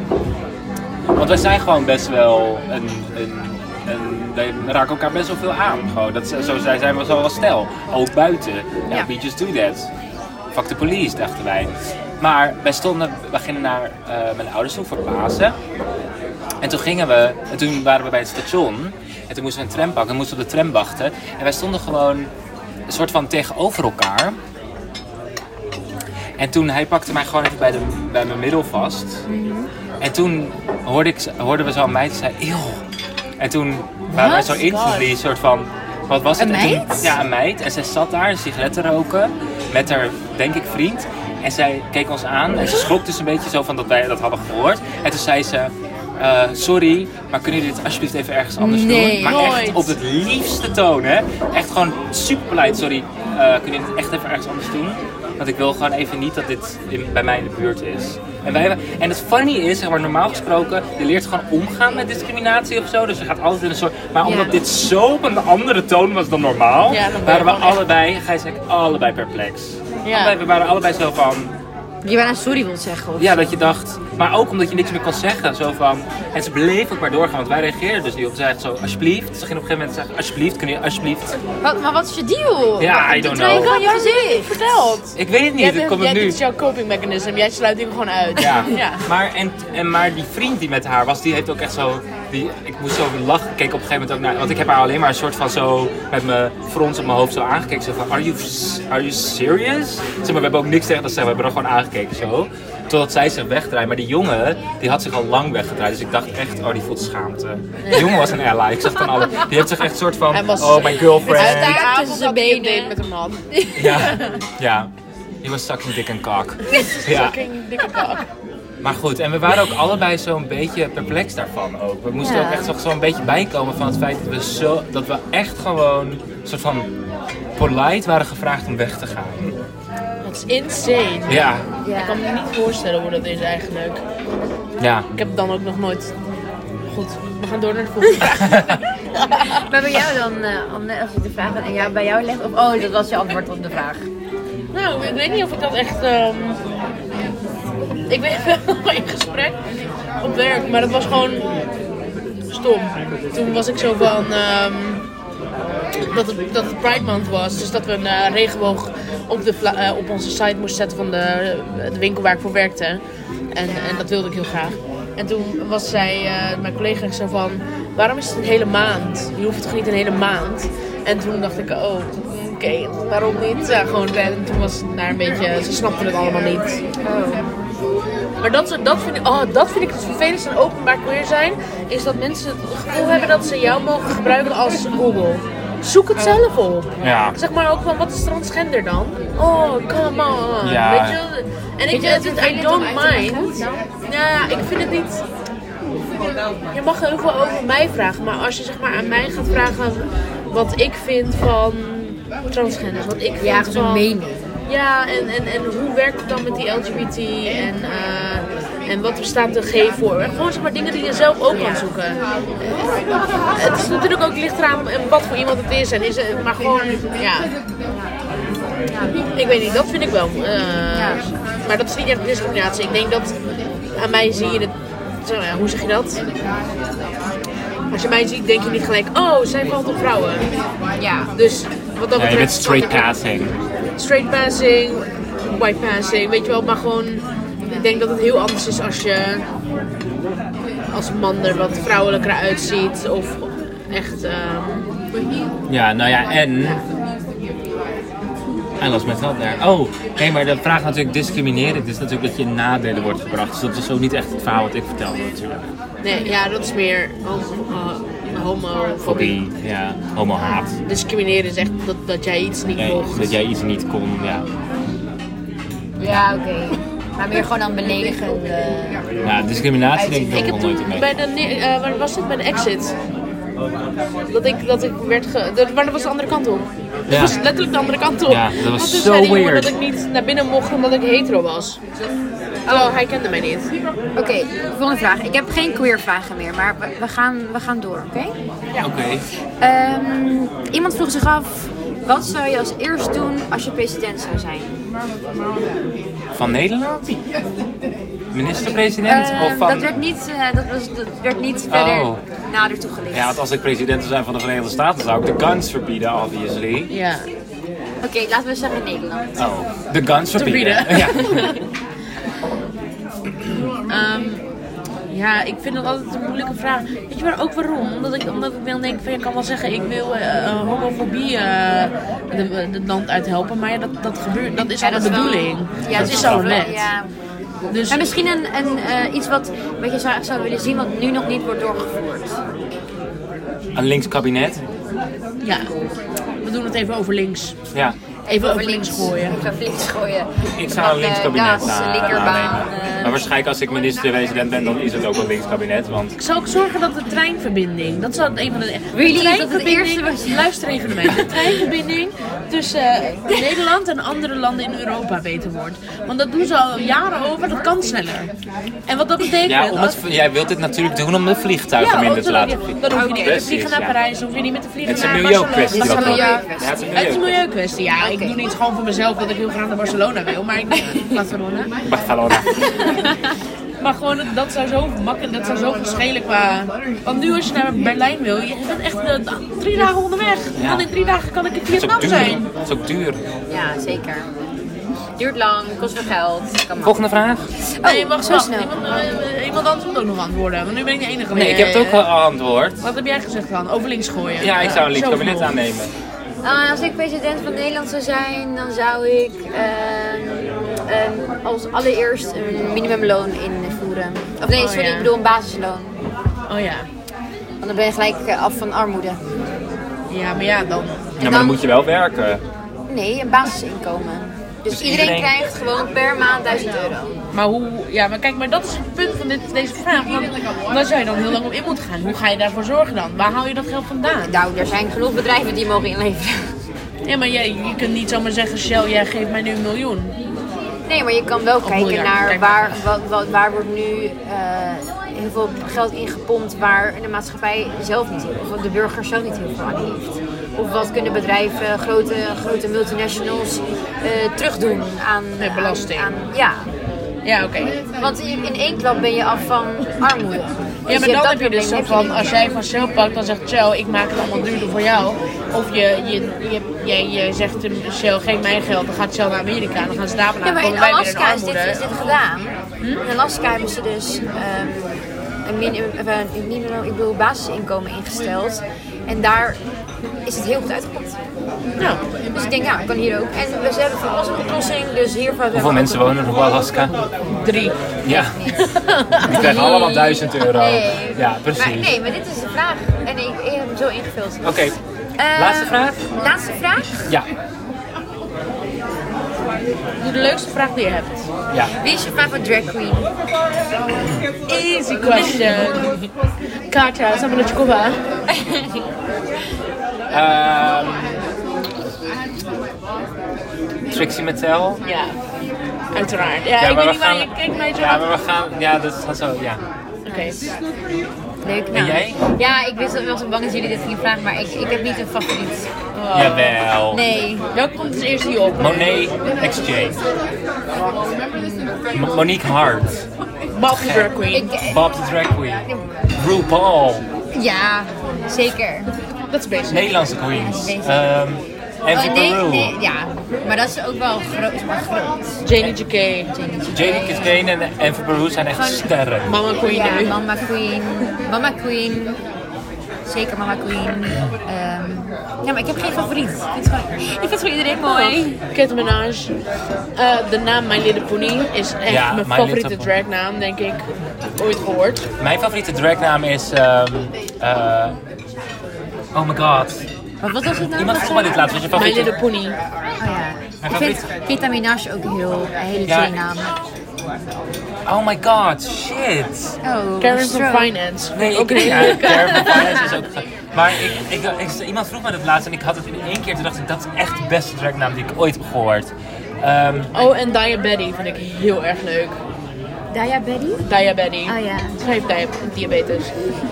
Speaker 3: want wij zijn gewoon best wel een... een een- wij raken elkaar best wel veel aan. Gewoon. Dat, is- zo zij zijn we zo wel stel. Ook buiten. Ja,
Speaker 4: Ja.
Speaker 3: we just do that. Fuck the police, dachten wij. Maar wij stonden, we gingen naar eh, mijn ouders toe voor Pasen. En toen gingen we, en toen waren we bij het station. En toen moesten we een tram pakken, en moesten we op de tram wachten. En wij stonden gewoon een soort van tegenover elkaar. En toen, hij pakte mij gewoon even bij, de, bij mijn middel vast.
Speaker 4: Mhm.
Speaker 3: En toen hoorde ik, hoorden we zo'n meid, zei, eeuw. En toen waren wij zo
Speaker 2: What?
Speaker 3: instantly soort van, wat was het?
Speaker 4: Een
Speaker 3: En toen-
Speaker 4: meid?
Speaker 3: ja, een meid. En zij zat daar, een sigaret te roken, met haar, denk ik, vriend. En zij keek ons aan en ze schrok dus een beetje zo van dat wij dat hadden gehoord. En toen zei ze, eh, sorry, maar kunnen jullie dit alsjeblieft even ergens anders
Speaker 4: Nee,
Speaker 3: doen? Maar
Speaker 2: nooit.
Speaker 3: echt op het liefste toon, hè. Echt gewoon super polite, sorry, eh, kunnen jullie dit echt even ergens anders doen? Want ik wil gewoon even niet dat dit in- bij mij in de buurt is. En, wij hebben, en het funny is, zeg maar, normaal gesproken, je leert gewoon omgaan met discriminatie of zo. Dus je gaat altijd in een soort... Maar omdat
Speaker 4: Ja.
Speaker 3: dit zo op een andere toon was dan normaal,
Speaker 2: Ja, dan ben je
Speaker 3: waren we
Speaker 2: gewoon echt-
Speaker 3: allebei, Gijs en ik, allebei perplex.
Speaker 2: Ja.
Speaker 3: Allebei- we waren allebei zo van,
Speaker 4: Je bijna sorry wilt zeggen. Of...
Speaker 3: ja, dat je dacht, maar ook omdat je niks meer kon zeggen. Zo van, en ze bleef ook maar doorgaan, want wij reageerden dus niet op. Ze zeiden zo, alsjeblieft. Ze ging op een gegeven moment zeggen, alsjeblieft, kun je alsjeblieft.
Speaker 4: Wat, maar wat is je deal?
Speaker 3: Ja,
Speaker 4: Wat-
Speaker 3: I don't
Speaker 4: dat weet ik
Speaker 3: know.
Speaker 4: al in je gezicht.
Speaker 2: Verteld.
Speaker 3: Ik weet het niet, ik
Speaker 2: jij
Speaker 3: kom
Speaker 2: jij
Speaker 3: het nu.
Speaker 2: dit is jouw coping mechanism. Jij sluit dingen gewoon uit.
Speaker 3: eh, Ja.
Speaker 2: [LAUGHS] ja.
Speaker 3: Maar, en, en, maar die vriend die met haar was, die heeft ook echt zo. Die, ik moest zo lachen. Ik keek op een gegeven moment ook naar. Want ik heb haar alleen maar een soort van zo. met mijn frons op mijn hoofd zo aangekeken. Zo van: Are you, s- are you serious? Zeg maar, we hebben ook niks tegen dat zeggen. We hebben er gewoon aangekeken zo. Totdat zij zich wegdraait. Maar die jongen, die had zich al lang weggedraaid. Dus ik dacht echt: Oh, die voelt schaamte. Die jongen was een ally. Ik zag dan alle. Die heeft zich echt soort
Speaker 2: Hij
Speaker 3: van:
Speaker 2: was-
Speaker 3: Oh, my
Speaker 2: Uit
Speaker 3: girlfriend.
Speaker 2: die
Speaker 4: Hij
Speaker 2: avond
Speaker 4: tussen
Speaker 2: dat hij een
Speaker 4: benen.
Speaker 2: date met een man.
Speaker 3: [LAUGHS] Ja. Ja. He was sucking dick and cock. [LAUGHS] Ja.
Speaker 2: Fucking dikke kak.
Speaker 3: Maar goed, en we waren ook allebei zo'n beetje perplex daarvan ook. We moesten
Speaker 4: Ja.
Speaker 3: ook echt nog zo'n beetje bijkomen van het feit dat we, zo, dat we echt gewoon een soort van polite waren gevraagd om weg te gaan.
Speaker 2: Dat is insane.
Speaker 3: Ja,
Speaker 2: Ik kan me niet voorstellen hoe dat is eigenlijk.
Speaker 3: ja.
Speaker 2: Ik heb het dan ook nog nooit. Goed, we gaan door naar de volgende vraag.
Speaker 4: Maar bij jou dan, eh, Anne, als je de vraag aan jou, bij jou legt, of oh, dat was je antwoord op de vraag.
Speaker 2: Nou, ik weet niet of ik dat echt. ehm, Ik weet wel [LAUGHS] in gesprek op werk, maar dat was gewoon stom. Toen was ik zo van. ehm, dat, het, dat het Pride Month was, dus dat we een eh, regenboog op, de vla- eh, op onze site moesten zetten van de, eh, de winkel waar ik voor werkte. En, en dat wilde ik heel graag. En toen was zij, eh, mijn collega, zo van: waarom is het een hele maand? Je hoeft toch niet een hele maand? En toen dacht ik: oh, oké, waarom niet? Ja, gewoon, en toen was het daar een beetje, ze snapten het allemaal niet. Maar dat, ze- dat, vind ik, oh, dat vind ik het vervelendste aan openbaar queer zijn. Is dat mensen het gevoel hebben dat ze jou mogen gebruiken als Google. Zoek het zelf op.
Speaker 3: Ja.
Speaker 2: Zeg maar ook van, wat is transgender dan? Oh, come on.
Speaker 3: Ja.
Speaker 2: Weet je? En ik, het, het- I don't mind. Ja, ik vind het niet... Je mag heel veel over mij vragen. Maar als je zeg maar aan mij gaat vragen wat ik vind van transgender. Wat ik vind
Speaker 4: Ja, gewoon
Speaker 2: van...
Speaker 4: een mening.
Speaker 2: Ja, en, en, en hoe werkt het dan met die LGBT en, eh, en wat staat de G voor? En gewoon zeg maar dingen die je zelf ook kan zoeken. Eh, Het is natuurlijk ook licht eraan en wat voor iemand het is, en is het, maar gewoon, ja. Ik weet niet, dat vind ik wel. eh, Maar dat is niet echt discriminatie. Ik denk dat aan mij zie je het, zo, ja, hoe zeg je dat? Als je mij ziet, denk je niet gelijk, oh, zij valt op vrouwen.
Speaker 4: Ja.
Speaker 2: Dus wat dat
Speaker 3: ja je
Speaker 2: betreft.
Speaker 3: bent straight passing.
Speaker 2: straight passing, white passing, weet je wel, maar gewoon, ik denk dat het heel anders is als je als man er wat vrouwelijker uitziet of echt, ehm,
Speaker 3: Ja, nou ja, en. En was met dat daar. Oh, nee, maar de vraag natuurlijk discriminerend is natuurlijk dat je in nadelen wordt gebracht. Dus dat is ook niet echt het verhaal wat ik vertelde natuurlijk.
Speaker 2: nee, ja, dat is meer homo, eh, homofobie.
Speaker 3: Fobie, ja, homohaat.
Speaker 2: Discrimineren is echt dat, dat jij iets niet
Speaker 3: Nee,
Speaker 2: mocht.
Speaker 3: dat jij iets niet kon, ja.
Speaker 4: Ja, oké. Maar meer gewoon dan beledigend. eh,
Speaker 3: Ja, discriminatie denk ik,
Speaker 2: Ik
Speaker 3: nog
Speaker 2: heb
Speaker 3: nooit
Speaker 2: toen
Speaker 3: een beetje.
Speaker 2: bij de, ne- eh, waar was dit, bij de exit, dat ik, dat ik werd ge... dat- maar dat was de andere kant op. Dat
Speaker 3: Ja.
Speaker 2: was letterlijk de andere kant op.
Speaker 3: Ja, dat was
Speaker 2: Want toen
Speaker 3: zo
Speaker 2: zei die jongen
Speaker 3: weird.
Speaker 2: dat ik niet naar binnen mocht omdat ik hetero was. Oh, hij kende mij niet.
Speaker 4: Oké, volgende vraag. Ik heb geen queer vragen meer, maar we, we gaan, we gaan door, oké?
Speaker 3: Ja, oké.
Speaker 4: Ehm, iemand vroeg zich af, wat zou je als eerst doen als je president zou zijn?
Speaker 3: Van Nederland? Minister-president? of
Speaker 4: Ehm,
Speaker 3: van...
Speaker 4: dat, werd niet, eh, dat, was, dat werd niet verder
Speaker 3: Oh.
Speaker 4: nader toegelicht.
Speaker 3: Ja, want als ik president zou zijn van de Verenigde Staten, zou ik de guns verbieden, obviously.
Speaker 2: Ja.
Speaker 4: Oké, laten we zeggen Nederland.
Speaker 3: Oh, de guns verbieden.
Speaker 2: Verbieden.
Speaker 3: Ja.
Speaker 2: Ja, ik vind dat altijd een moeilijke vraag. Weet je maar ook waarom? Omdat ik, omdat ik dan denk van, je kan wel zeggen, ik wil eh, eh, homofobie eh, de- het land uithelpen. Maar ja, dat, dat gebeurt, dat is
Speaker 4: Ja,
Speaker 2: al
Speaker 4: dat
Speaker 2: de
Speaker 4: is wel-
Speaker 2: bedoeling.
Speaker 4: Ja,
Speaker 2: dat is al net.
Speaker 4: Ja.
Speaker 2: Dus
Speaker 4: Maar misschien een, een, eh, iets wat, wat je zou, echt zou willen zien, wat nu nog niet wordt doorgevoerd.
Speaker 3: Een links kabinet.
Speaker 2: ja, we doen het even over links.
Speaker 3: Ja.
Speaker 2: Even over links gooien.
Speaker 4: Even links gooien. eh,
Speaker 3: Ik zou een links kabinet
Speaker 4: Gas,
Speaker 3: aan-
Speaker 4: linkerbaan.
Speaker 3: aannemen.
Speaker 4: eh,
Speaker 3: Maar waarschijnlijk als ik minister-president ben, dan is het ook een links kabinet. Want
Speaker 2: Ik zal ook zorgen dat de treinverbinding, dat is wel een van de... de
Speaker 4: Really? Is dat het
Speaker 2: treinverbinding-
Speaker 4: eerste wat je-
Speaker 2: Luister even naar mij. De treinverbinding tussen
Speaker 3: [LAUGHS]
Speaker 2: eh, Nederland en andere landen in Europa beter wordt. Want dat doen ze al jaren over, dat kan sneller. En wat dat betekent...
Speaker 3: ja, om
Speaker 2: als-
Speaker 3: het, jij wilt dit natuurlijk doen om de vliegtuigen
Speaker 2: Ja,
Speaker 3: minder
Speaker 2: ook
Speaker 3: te
Speaker 2: zo-
Speaker 3: laten
Speaker 2: ja,
Speaker 3: vliegen.
Speaker 2: Dan hoef je niet te
Speaker 3: Precies,
Speaker 2: vliegen naar
Speaker 3: ja.
Speaker 2: Parijs, dan hoef je niet meer te vliegen
Speaker 3: Het is een
Speaker 2: naar
Speaker 3: milieukwestie.
Speaker 2: Barcelona.
Speaker 3: dat
Speaker 4: een
Speaker 3: wel.
Speaker 4: milieukwestie.
Speaker 3: Ja, het is een
Speaker 2: Het is een
Speaker 3: milieukwestie.
Speaker 2: milieukwestie, ja. Ik doe niet gewoon voor mezelf dat ik heel graag naar Barcelona wil,
Speaker 3: [LAUGHS]
Speaker 2: maar ik Barcelona. [LAUGHS]
Speaker 3: Barcelona.
Speaker 2: Maar gewoon, dat- dat zou zo makkelijk, dat zou zo verschillen qua... Want nu als je naar Berlijn wil, je bent echt eh, drie dagen onderweg.
Speaker 3: Ja.
Speaker 2: Dan in drie dagen kan ik in
Speaker 3: Het is ook
Speaker 2: Vietnam
Speaker 3: duur.
Speaker 2: zijn.
Speaker 3: Het is ook duur.
Speaker 4: Ja, zeker. Duurt lang, kost veel geld. Kan maar.
Speaker 3: Volgende vraag.
Speaker 2: nee, wacht,
Speaker 4: zo
Speaker 2: wacht.
Speaker 4: snel.
Speaker 2: Iemand, eh, iemand anders moet ook nog antwoorden, want nu ben ik de enige. eh,
Speaker 3: Nee, ik heb het ook al antwoord.
Speaker 2: Wat heb jij gezegd dan? Over links gooien?
Speaker 3: Ja, ik zou een links
Speaker 2: Zoveel.
Speaker 3: kabinet aannemen.
Speaker 4: Ah, als ik president van Nederland zou zijn, dan zou ik ehm, ehm, als allereerst een minimumloon invoeren. Of nee,
Speaker 2: Oh,
Speaker 4: sorry,
Speaker 2: ja.
Speaker 4: ik bedoel een basisloon.
Speaker 2: Oh ja.
Speaker 4: Want dan ben je gelijk eh, af van armoede.
Speaker 2: Ja, maar ja, dan...
Speaker 3: Ja, maar dan moet je wel werken.
Speaker 4: Nee, een basisinkomen. Dus,
Speaker 3: Dus
Speaker 4: iedereen,
Speaker 3: iedereen-
Speaker 4: krijgt gewoon per maand 1000 euro.
Speaker 2: Maar hoe, ja, maar kijk, maar dat is het punt van dit, deze vraag. Want daar zou je dan heel lang op in moeten gaan. Hoe ga je daarvoor zorgen dan? Waar haal je dat geld vandaan?
Speaker 4: Nou, er zijn genoeg bedrijven die mogen inleveren.
Speaker 2: Ja, maar jij, je kunt niet zomaar zeggen, Shell, jij geeft mij nu een miljoen.
Speaker 4: Nee, maar je kan wel kijken
Speaker 2: miljard,
Speaker 4: naar
Speaker 2: kijk maar.
Speaker 4: waar, wat, wat, waar wordt nu eh, heel veel geld ingepompt waar de maatschappij zelf niet heel of de burger zelf niet heel veel aan heeft. Of wat kunnen bedrijven, grote, grote multinationals, eh, terugdoen aan
Speaker 2: Met belasting.
Speaker 4: aan- aan- ja,
Speaker 2: Ja, oké.
Speaker 4: want in in één klap ben je af van armoede.
Speaker 2: Ja, maar dan
Speaker 4: hebt dat
Speaker 2: heb je dus
Speaker 4: probleem,
Speaker 2: zo
Speaker 4: heb je
Speaker 2: van,
Speaker 4: niet.
Speaker 2: als jij van Shell pakt, dan zegt Shell, ik maak het allemaal duurder voor jou. Of je, je, je, jij- jij zegt hem, Shell, geef mij geld, dan gaat Shell naar Amerika, dan gaan ze daar vandaan,
Speaker 4: Ja, maar in
Speaker 2: komen wij weer in
Speaker 4: Alaska is dit,
Speaker 2: armoede.
Speaker 4: is dit gedaan. In Alaska hebben ze dus ehm, een minimum, een minimum, ik bedoel, basisinkomen ingesteld. En daar is het heel goed uitgepakt.
Speaker 2: Nou,
Speaker 4: Dus ik denk, ja, kan hier ook. En we ze hebben voor alles een oplossing, dus hiervoor hebben
Speaker 3: Hoeveel
Speaker 4: we
Speaker 3: mensen
Speaker 4: ook
Speaker 3: wonen er op Alaska?
Speaker 2: drie.
Speaker 3: Ja. [LAUGHS] Die krijgen allemaal 1000 euro.
Speaker 4: Nee.
Speaker 3: Ja,
Speaker 4: Maar,
Speaker 3: precies.
Speaker 4: nee, maar dit is de vraag. En ik, ik heb hem zo ingevuld.
Speaker 3: Oké,
Speaker 4: Eh,
Speaker 3: laatste vraag?
Speaker 4: Laatste vraag.
Speaker 3: ja.
Speaker 2: Doe de leukste vraag die je hebt.
Speaker 3: Ja.
Speaker 4: Wie is je favoriete drag queen?
Speaker 2: Easy question. Katja, Sambalachkova.
Speaker 3: Ehm Trixie Mattel.
Speaker 2: Ja, uiteraard. Ja, ik weet niet waar je kijkt mij zo
Speaker 3: Ja,
Speaker 2: aan.
Speaker 3: maar we gaan... Ja, dat gaat zo, ja.
Speaker 2: Oké.
Speaker 4: Leuk.
Speaker 3: En jij?
Speaker 4: Ja, ik wist dat wel zo bang dat jullie dit gingen vragen, maar ik, ik heb niet een favoriet.
Speaker 2: Oh.
Speaker 3: Jawel.
Speaker 4: Nee.
Speaker 2: Welke komt als eerste hier op?
Speaker 3: Monet Exchange. Mo- Monique Hart.
Speaker 2: Bob the Drag Queen.
Speaker 4: Ik,
Speaker 3: Bob the Drag Queen. RuPaul.
Speaker 4: Ja, zeker.
Speaker 2: Dat is best.
Speaker 3: Nederlandse queens. Ehm Angie
Speaker 4: Oh,
Speaker 3: Peru.
Speaker 4: ja. Maar dat is ook wel groot. is Maar groot.
Speaker 2: Janie JK.
Speaker 3: Jade Kistain en Angie Peru zijn echt sterren.
Speaker 2: Mama Queen
Speaker 4: Ja,
Speaker 2: nu.
Speaker 4: Mama Queen. Mama Queen. Zeker Mama Queen. Ehm, ja, maar ik heb geen favoriet. Ik vind het gewoon- ik vind het voor iedereen mooi.
Speaker 2: Kate Minaj. Eh, de naam My Little Pony is echt
Speaker 3: Ja,
Speaker 2: mijn
Speaker 3: My
Speaker 2: favoriete
Speaker 3: Little Pony.
Speaker 2: dragnaam, denk ik. Ooit gehoord.
Speaker 3: Mijn favoriete dragnaam is... ehm, eh, oh my god.
Speaker 4: Maar wat was het nou?
Speaker 3: Iemand
Speaker 4: Wat
Speaker 3: vroeg mij dit laatst. Wat is je
Speaker 2: My
Speaker 3: favoriete...
Speaker 2: Little Pony.
Speaker 4: Oh ja. Ik
Speaker 3: favoriet?
Speaker 4: vind Kate Minaj ook een heel, een hele
Speaker 3: Ja.
Speaker 4: twee naam.
Speaker 3: Oh my god, shit.
Speaker 4: Oh,
Speaker 2: Karen van
Speaker 4: stroke.
Speaker 2: Finance.
Speaker 3: Nee, ik
Speaker 2: Ook een
Speaker 3: weet
Speaker 2: hele
Speaker 3: ja,
Speaker 2: leuke.
Speaker 3: Karen van Finance is dus ook. Maar ik, ik, ik- iemand vroeg mij dat laatst en ik had het in één keer. Toen dacht ik, dat is echt de beste tracknaam die ik ooit heb gehoord. Ehm,
Speaker 2: Oh, en Diabetes vind ik heel erg leuk.
Speaker 4: Daya Betty?
Speaker 2: Diabetes.
Speaker 4: Oh ja.
Speaker 2: Schrijf dia- diabetes.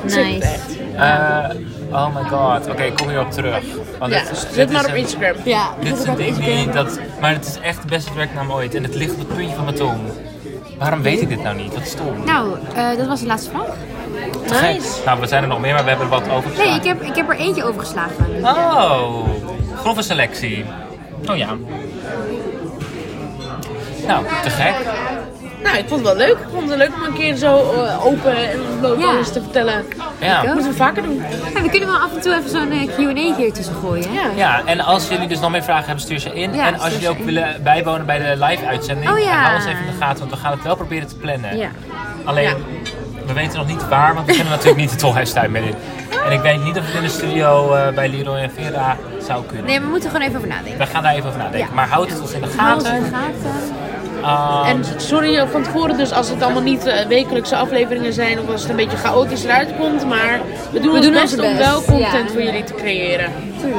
Speaker 2: Zit
Speaker 4: Nice.
Speaker 2: echt.
Speaker 3: eh, oh my god, oké, ik kom hierop terug. Want
Speaker 2: Ja,
Speaker 3: dit is- dit
Speaker 2: zet
Speaker 3: is
Speaker 2: maar op
Speaker 3: een-
Speaker 2: Instagram.
Speaker 4: Ja.
Speaker 3: Dit is een ding die dat. Maar het is echt de beste tracknaam ooit en het ligt op het puntje van mijn tong. Waarom weet ik dit nou niet? Wat stom.
Speaker 4: Nou, eh, dat was de laatste vraag.
Speaker 3: Te gek. Nou, we zijn er nog meer, maar we hebben er wat over
Speaker 4: Nee, ik heb, ik heb er eentje overgeslagen.
Speaker 3: Oh, grove selectie. Oh ja. Nou, te gek.
Speaker 2: Nou, ik vond het wel leuk. Ik vond het leuk om een keer zo eh, open en bloot
Speaker 4: Ja. Oh.
Speaker 2: alles te vertellen.
Speaker 3: Ja.
Speaker 2: Dat moeten we vaker doen.
Speaker 4: Ja, we kunnen wel af en toe even zo'n eh, Q&A hier tussen gooien. Hè?
Speaker 3: Ja, en als jullie dus nog meer vragen hebben, stuur ze in.
Speaker 4: Ja,
Speaker 3: en als
Speaker 4: stuur
Speaker 3: jullie
Speaker 4: ze
Speaker 3: ook
Speaker 4: in.
Speaker 3: willen bijwonen bij de live-uitzending,
Speaker 4: Oh ja.
Speaker 3: hou ons even in de gaten, want we gaan het wel proberen te plannen.
Speaker 4: Ja.
Speaker 3: Alleen,
Speaker 2: Ja.
Speaker 3: we weten nog niet waar, want we kunnen natuurlijk niet de tolhuis tuin meer in. En ik weet niet of het in de studio eh, bij Leroy en Vera zou kunnen.
Speaker 4: Nee, we moeten gewoon even over nadenken.
Speaker 3: We gaan daar even over nadenken.
Speaker 4: Ja.
Speaker 3: Maar houd het ons in de
Speaker 4: Hou ons in
Speaker 3: gaten.
Speaker 4: de gaten.
Speaker 3: Ehm,
Speaker 2: En sorry van tevoren dus als het allemaal niet eh, wekelijkse afleveringen zijn of als het een beetje chaotisch eruit komt. Maar we doen,
Speaker 4: We
Speaker 2: ons
Speaker 4: doen
Speaker 2: best,
Speaker 4: ons
Speaker 2: om
Speaker 4: best,
Speaker 2: wel content
Speaker 4: ja.
Speaker 2: voor jullie te creëren.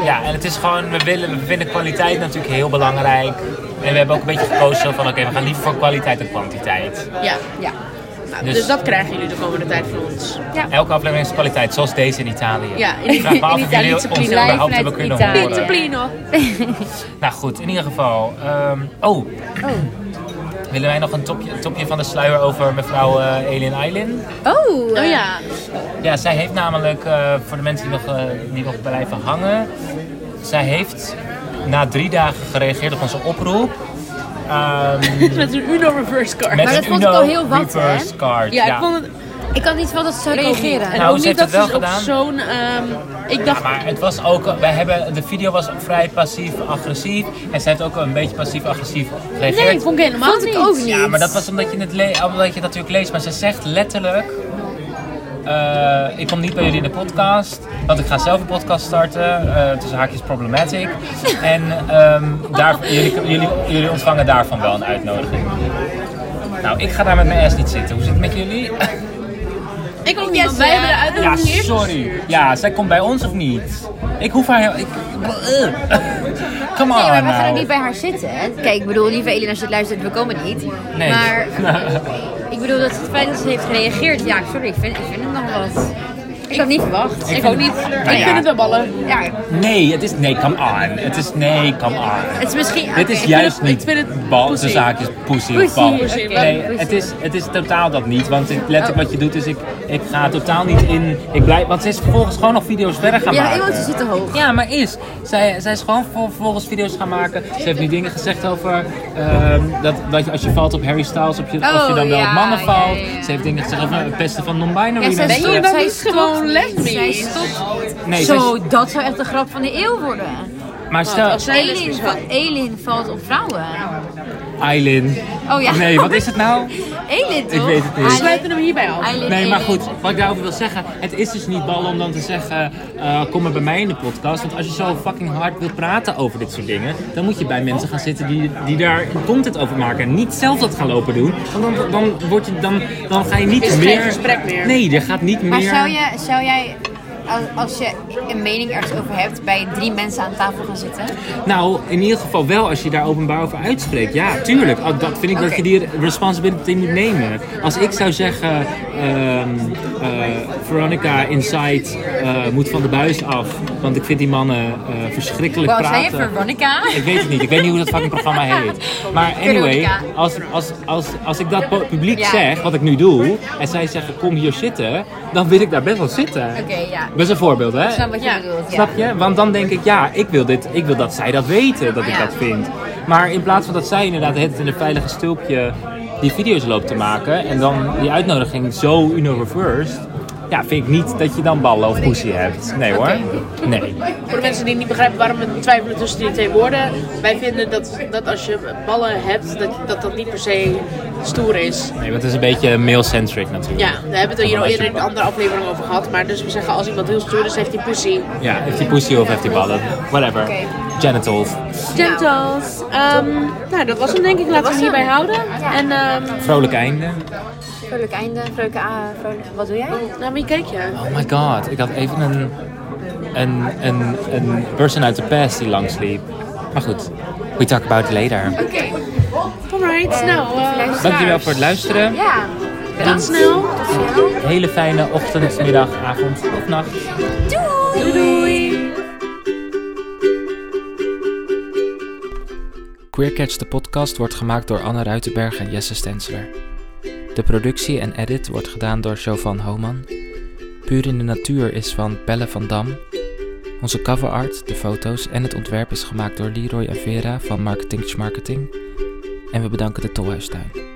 Speaker 3: ja, en het is gewoon, we, willen, we vinden kwaliteit natuurlijk heel belangrijk. En we hebben ook een beetje gekozen van, oké, we gaan liever voor kwaliteit dan kwantiteit.
Speaker 2: Ja.
Speaker 4: Ja.
Speaker 2: Nou,
Speaker 3: Dus-
Speaker 2: dus... dat krijgen jullie de komende tijd van ons.
Speaker 3: Elke aflevering is kwaliteit, zoals deze in Italië.
Speaker 2: Ja, in-
Speaker 3: ik vraag me
Speaker 2: in
Speaker 3: af of
Speaker 2: Italië
Speaker 3: jullie ons
Speaker 2: te Live
Speaker 4: Live
Speaker 3: überhaupt
Speaker 4: vanuit
Speaker 3: hebben kunnen
Speaker 4: Italië.
Speaker 3: horen.
Speaker 2: Plino.
Speaker 3: Nou goed, in ieder geval. ehm, oh. Willen wij nog een topje, een topje van de sluier over mevrouw eh Elin Eilen?
Speaker 4: Oh,
Speaker 2: Oh ja.
Speaker 3: Ja, zij heeft namelijk, eh, voor de mensen die nog, eh, die nog blijven hangen, zij heeft na drie dagen gereageerd op onze oproep. ehm,
Speaker 2: Met een Uno reverse card.
Speaker 3: met
Speaker 4: dat
Speaker 3: een
Speaker 4: vond ik
Speaker 3: Uno
Speaker 4: al heel wat, hè?
Speaker 3: reverse card.
Speaker 2: ja, ik vond het
Speaker 4: Ik kan niet van dat ze zou
Speaker 2: ik ook niet.
Speaker 4: reageren.
Speaker 2: En
Speaker 3: Nou,
Speaker 2: ook
Speaker 3: ze
Speaker 2: niet
Speaker 3: heeft
Speaker 2: dat
Speaker 3: het wel
Speaker 2: ze op
Speaker 3: gedaan.
Speaker 2: zo'n... ehm, ik dacht,
Speaker 3: Maar het was ook, wij hebben, de video was vrij passief-agressief. En zij heeft ook een beetje passief-agressief gereageerd.
Speaker 2: nee, vond ik helemaal
Speaker 4: Vond ik
Speaker 2: niet.
Speaker 4: ook niet.
Speaker 3: Ja, maar dat was omdat je het, le- omdat je het natuurlijk leest. Maar ze zegt letterlijk... eh, ik kom niet bij jullie in de podcast, want ik ga zelf een podcast starten. eh, tussen haakjes
Speaker 2: [LAUGHS]
Speaker 3: problematic. En ehm, daar, jullie, jullie, jullie ontvangen daarvan wel een uitnodiging. Nou, ik ga daar met mijn ass niet zitten. Hoe zit het met jullie?
Speaker 2: Ik ook niet, want
Speaker 4: Yes,
Speaker 2: wij
Speaker 4: ja.
Speaker 2: hebben de
Speaker 3: Ja,
Speaker 2: uitnodiging eerst
Speaker 3: sorry.
Speaker 2: gestuurd.
Speaker 3: Ja, zij komt bij ons of niet? Ik hoef haar heel... Ik, [LAUGHS] eh. Come on
Speaker 4: Nee, maar we gaan
Speaker 3: nou.
Speaker 4: ook niet bij haar zitten. hè. Kijk, ik bedoel, lieve Elin, als je het luistert, we komen niet.
Speaker 3: Nee. [LAUGHS]
Speaker 4: Maar ik bedoel, dat het feit dat ze heeft gereageerd, ja, sorry, ik vind, ik vind het nog wat. Ik had niet verwacht.
Speaker 2: Ik ook niet. ik
Speaker 3: Nou ja.
Speaker 2: vind het wel ballen.
Speaker 4: Ja,
Speaker 3: Nee, het is... Nee, come on. Het is... Nee, come on.
Speaker 4: het is misschien...
Speaker 3: Dit
Speaker 4: oké.
Speaker 3: is juist
Speaker 2: het-
Speaker 3: niet
Speaker 2: ik vind het
Speaker 3: bal,
Speaker 2: poesie.
Speaker 3: de zaakjes poesie of
Speaker 4: Poesie,
Speaker 3: bal.
Speaker 4: oké.
Speaker 3: Nee,
Speaker 4: Poesie. Oh.
Speaker 3: het is, het is totaal dat niet. Want het- letterlijk wat je doet is, ik, ik ga totaal niet in... Ik blijf, want ze is vervolgens gewoon nog video's verder gaan
Speaker 4: Ja,
Speaker 3: maken.
Speaker 4: emoties zitten hoog.
Speaker 3: Ja, maar is. Zij, zij is gewoon voor, vervolgens video's gaan maken. Ze heeft nu dingen gezegd over ehm, dat, dat je, als je valt op Harry Styles, op je, of je
Speaker 4: Oh,
Speaker 3: dan wel op
Speaker 4: ja,
Speaker 3: mannen
Speaker 4: ja,
Speaker 3: valt.
Speaker 4: ja.
Speaker 3: Ze heeft dingen gezegd over het pesten van non-binary
Speaker 4: Ja, zij dus
Speaker 3: mensen.
Speaker 4: stopt,
Speaker 2: dat
Speaker 4: zij
Speaker 2: is gewoon
Speaker 4: stopt niet.
Speaker 2: lesbisch.
Speaker 4: Zij stopt.
Speaker 3: Nee, zij
Speaker 4: Zo, dat zou echt de grap van de eeuw worden.
Speaker 3: Maar
Speaker 4: Oh,
Speaker 3: stel,
Speaker 2: als- Zij
Speaker 4: Elin,
Speaker 2: lesbisch was.
Speaker 4: va- Elin valt op vrouwen.
Speaker 3: Eileen.
Speaker 4: Oh ja.
Speaker 3: Nee, wat is het
Speaker 4: [LAUGHS]
Speaker 3: nou?
Speaker 4: Elin toch?
Speaker 3: Ik weet het niet.
Speaker 2: We
Speaker 4: Eileen-
Speaker 2: sluiten hem hierbij af.
Speaker 4: Eileen,
Speaker 3: Nee, maar
Speaker 4: Elin.
Speaker 3: goed, wat ik daarover wil zeggen, het is dus niet ballen om dan te zeggen, eh, kom maar bij mij in de podcast. Want als je zo fucking hard wil praten over dit soort dingen, dan moet je bij mensen gaan zitten die, die daar content over maken. En niet zelf dat gaan lopen doen, want dan, dan, word je, dan, dan ga je niet
Speaker 2: Is geen
Speaker 3: meer...
Speaker 2: gesprek meer.
Speaker 3: Nee, er gaat niet
Speaker 4: Maar
Speaker 3: meer...
Speaker 4: zou, je, zou jij, als, als je een mening ergens over hebt, bij drie mensen aan tafel gaan zitten?
Speaker 3: Nou, in ieder geval wel als je daar openbaar over uitspreekt. Ja, tuurlijk. Ah, Dat vind ik dat
Speaker 4: Oké.
Speaker 3: je die responsibility moet nemen. Als ik zou zeggen, ehm, eh, Veronica Inside eh, moet van de buis af, want ik vind die mannen eh, verschrikkelijk
Speaker 4: Wauw, zei
Speaker 3: praten.
Speaker 4: je Veronica?
Speaker 3: Ik weet het niet. Ik weet niet hoe dat fucking programma
Speaker 4: [LAUGHS]
Speaker 3: heet. Maar anyway,
Speaker 4: Veronica.
Speaker 3: als, als, als, als ik dat pu- publiek
Speaker 4: Ja.
Speaker 3: zeg, wat ik nu doe, en zij zeggen kom hier zitten, dan wil ik daar best wel zitten.
Speaker 4: Oké, ja.
Speaker 3: Dat is een voorbeeld, hè?
Speaker 4: Ik snap wat je
Speaker 2: Ja.
Speaker 4: bedoelt. Ja.
Speaker 3: Snap je? Want dan denk ik, ja, ik wil, dit, ik wil dat zij dat weten, dat ik
Speaker 4: Ja.
Speaker 3: dat vind. Maar in plaats van dat zij inderdaad het in een veilige stulpje die video's loopt te maken en dan die uitnodiging zo universed, ja, vind ik niet dat je dan ballen of poesie hebt. Nee hoor. Nee.
Speaker 2: Voor de mensen die niet begrijpen waarom we twijfelen tussen die twee woorden. Wij vinden dat, dat als je ballen hebt, dat dat, dat niet per se stoer is.
Speaker 3: Nee, want het is een beetje male-centric natuurlijk.
Speaker 2: Ja, we hebben het er hier al eerder in een andere aflevering over gehad. Maar dus we zeggen als iemand heel stoer is, heeft hij pussy.
Speaker 3: Ja, heeft hij poesie of heeft hij ballen? Whatever. Genitals.
Speaker 2: Gentles. nou, dat was hem denk ik. Laten we hem hierbij houden. En
Speaker 4: eh,
Speaker 2: ehm
Speaker 3: Vrolijk einde.
Speaker 4: Vrolijk einde, vrolijke A, vrolijke... Wat doe jij?
Speaker 2: naar wie kijk Nou, je?
Speaker 3: Oh my god, ik had even een, een, een, een person uit de past die langsliep. Maar goed, we talk about it later.
Speaker 4: Oké.
Speaker 2: Alright, nou, eh
Speaker 3: Dankjewel voor het luisteren.
Speaker 4: Ja.
Speaker 2: tot snel.
Speaker 3: Hele fijne ochtend, middag, avond of nacht.
Speaker 4: Doei. doei.
Speaker 5: Queercatch de podcast wordt gemaakt door Anne Ruitenberg en Jesse Stensler. De productie en edit wordt gedaan door Jovan Homan. Puur in de natuur is van Belle van Dam. Onze coverart, de foto's en het ontwerp is gemaakt door Leroy en Vera van Marketing Marketing. En we bedanken de Tolhuistuin.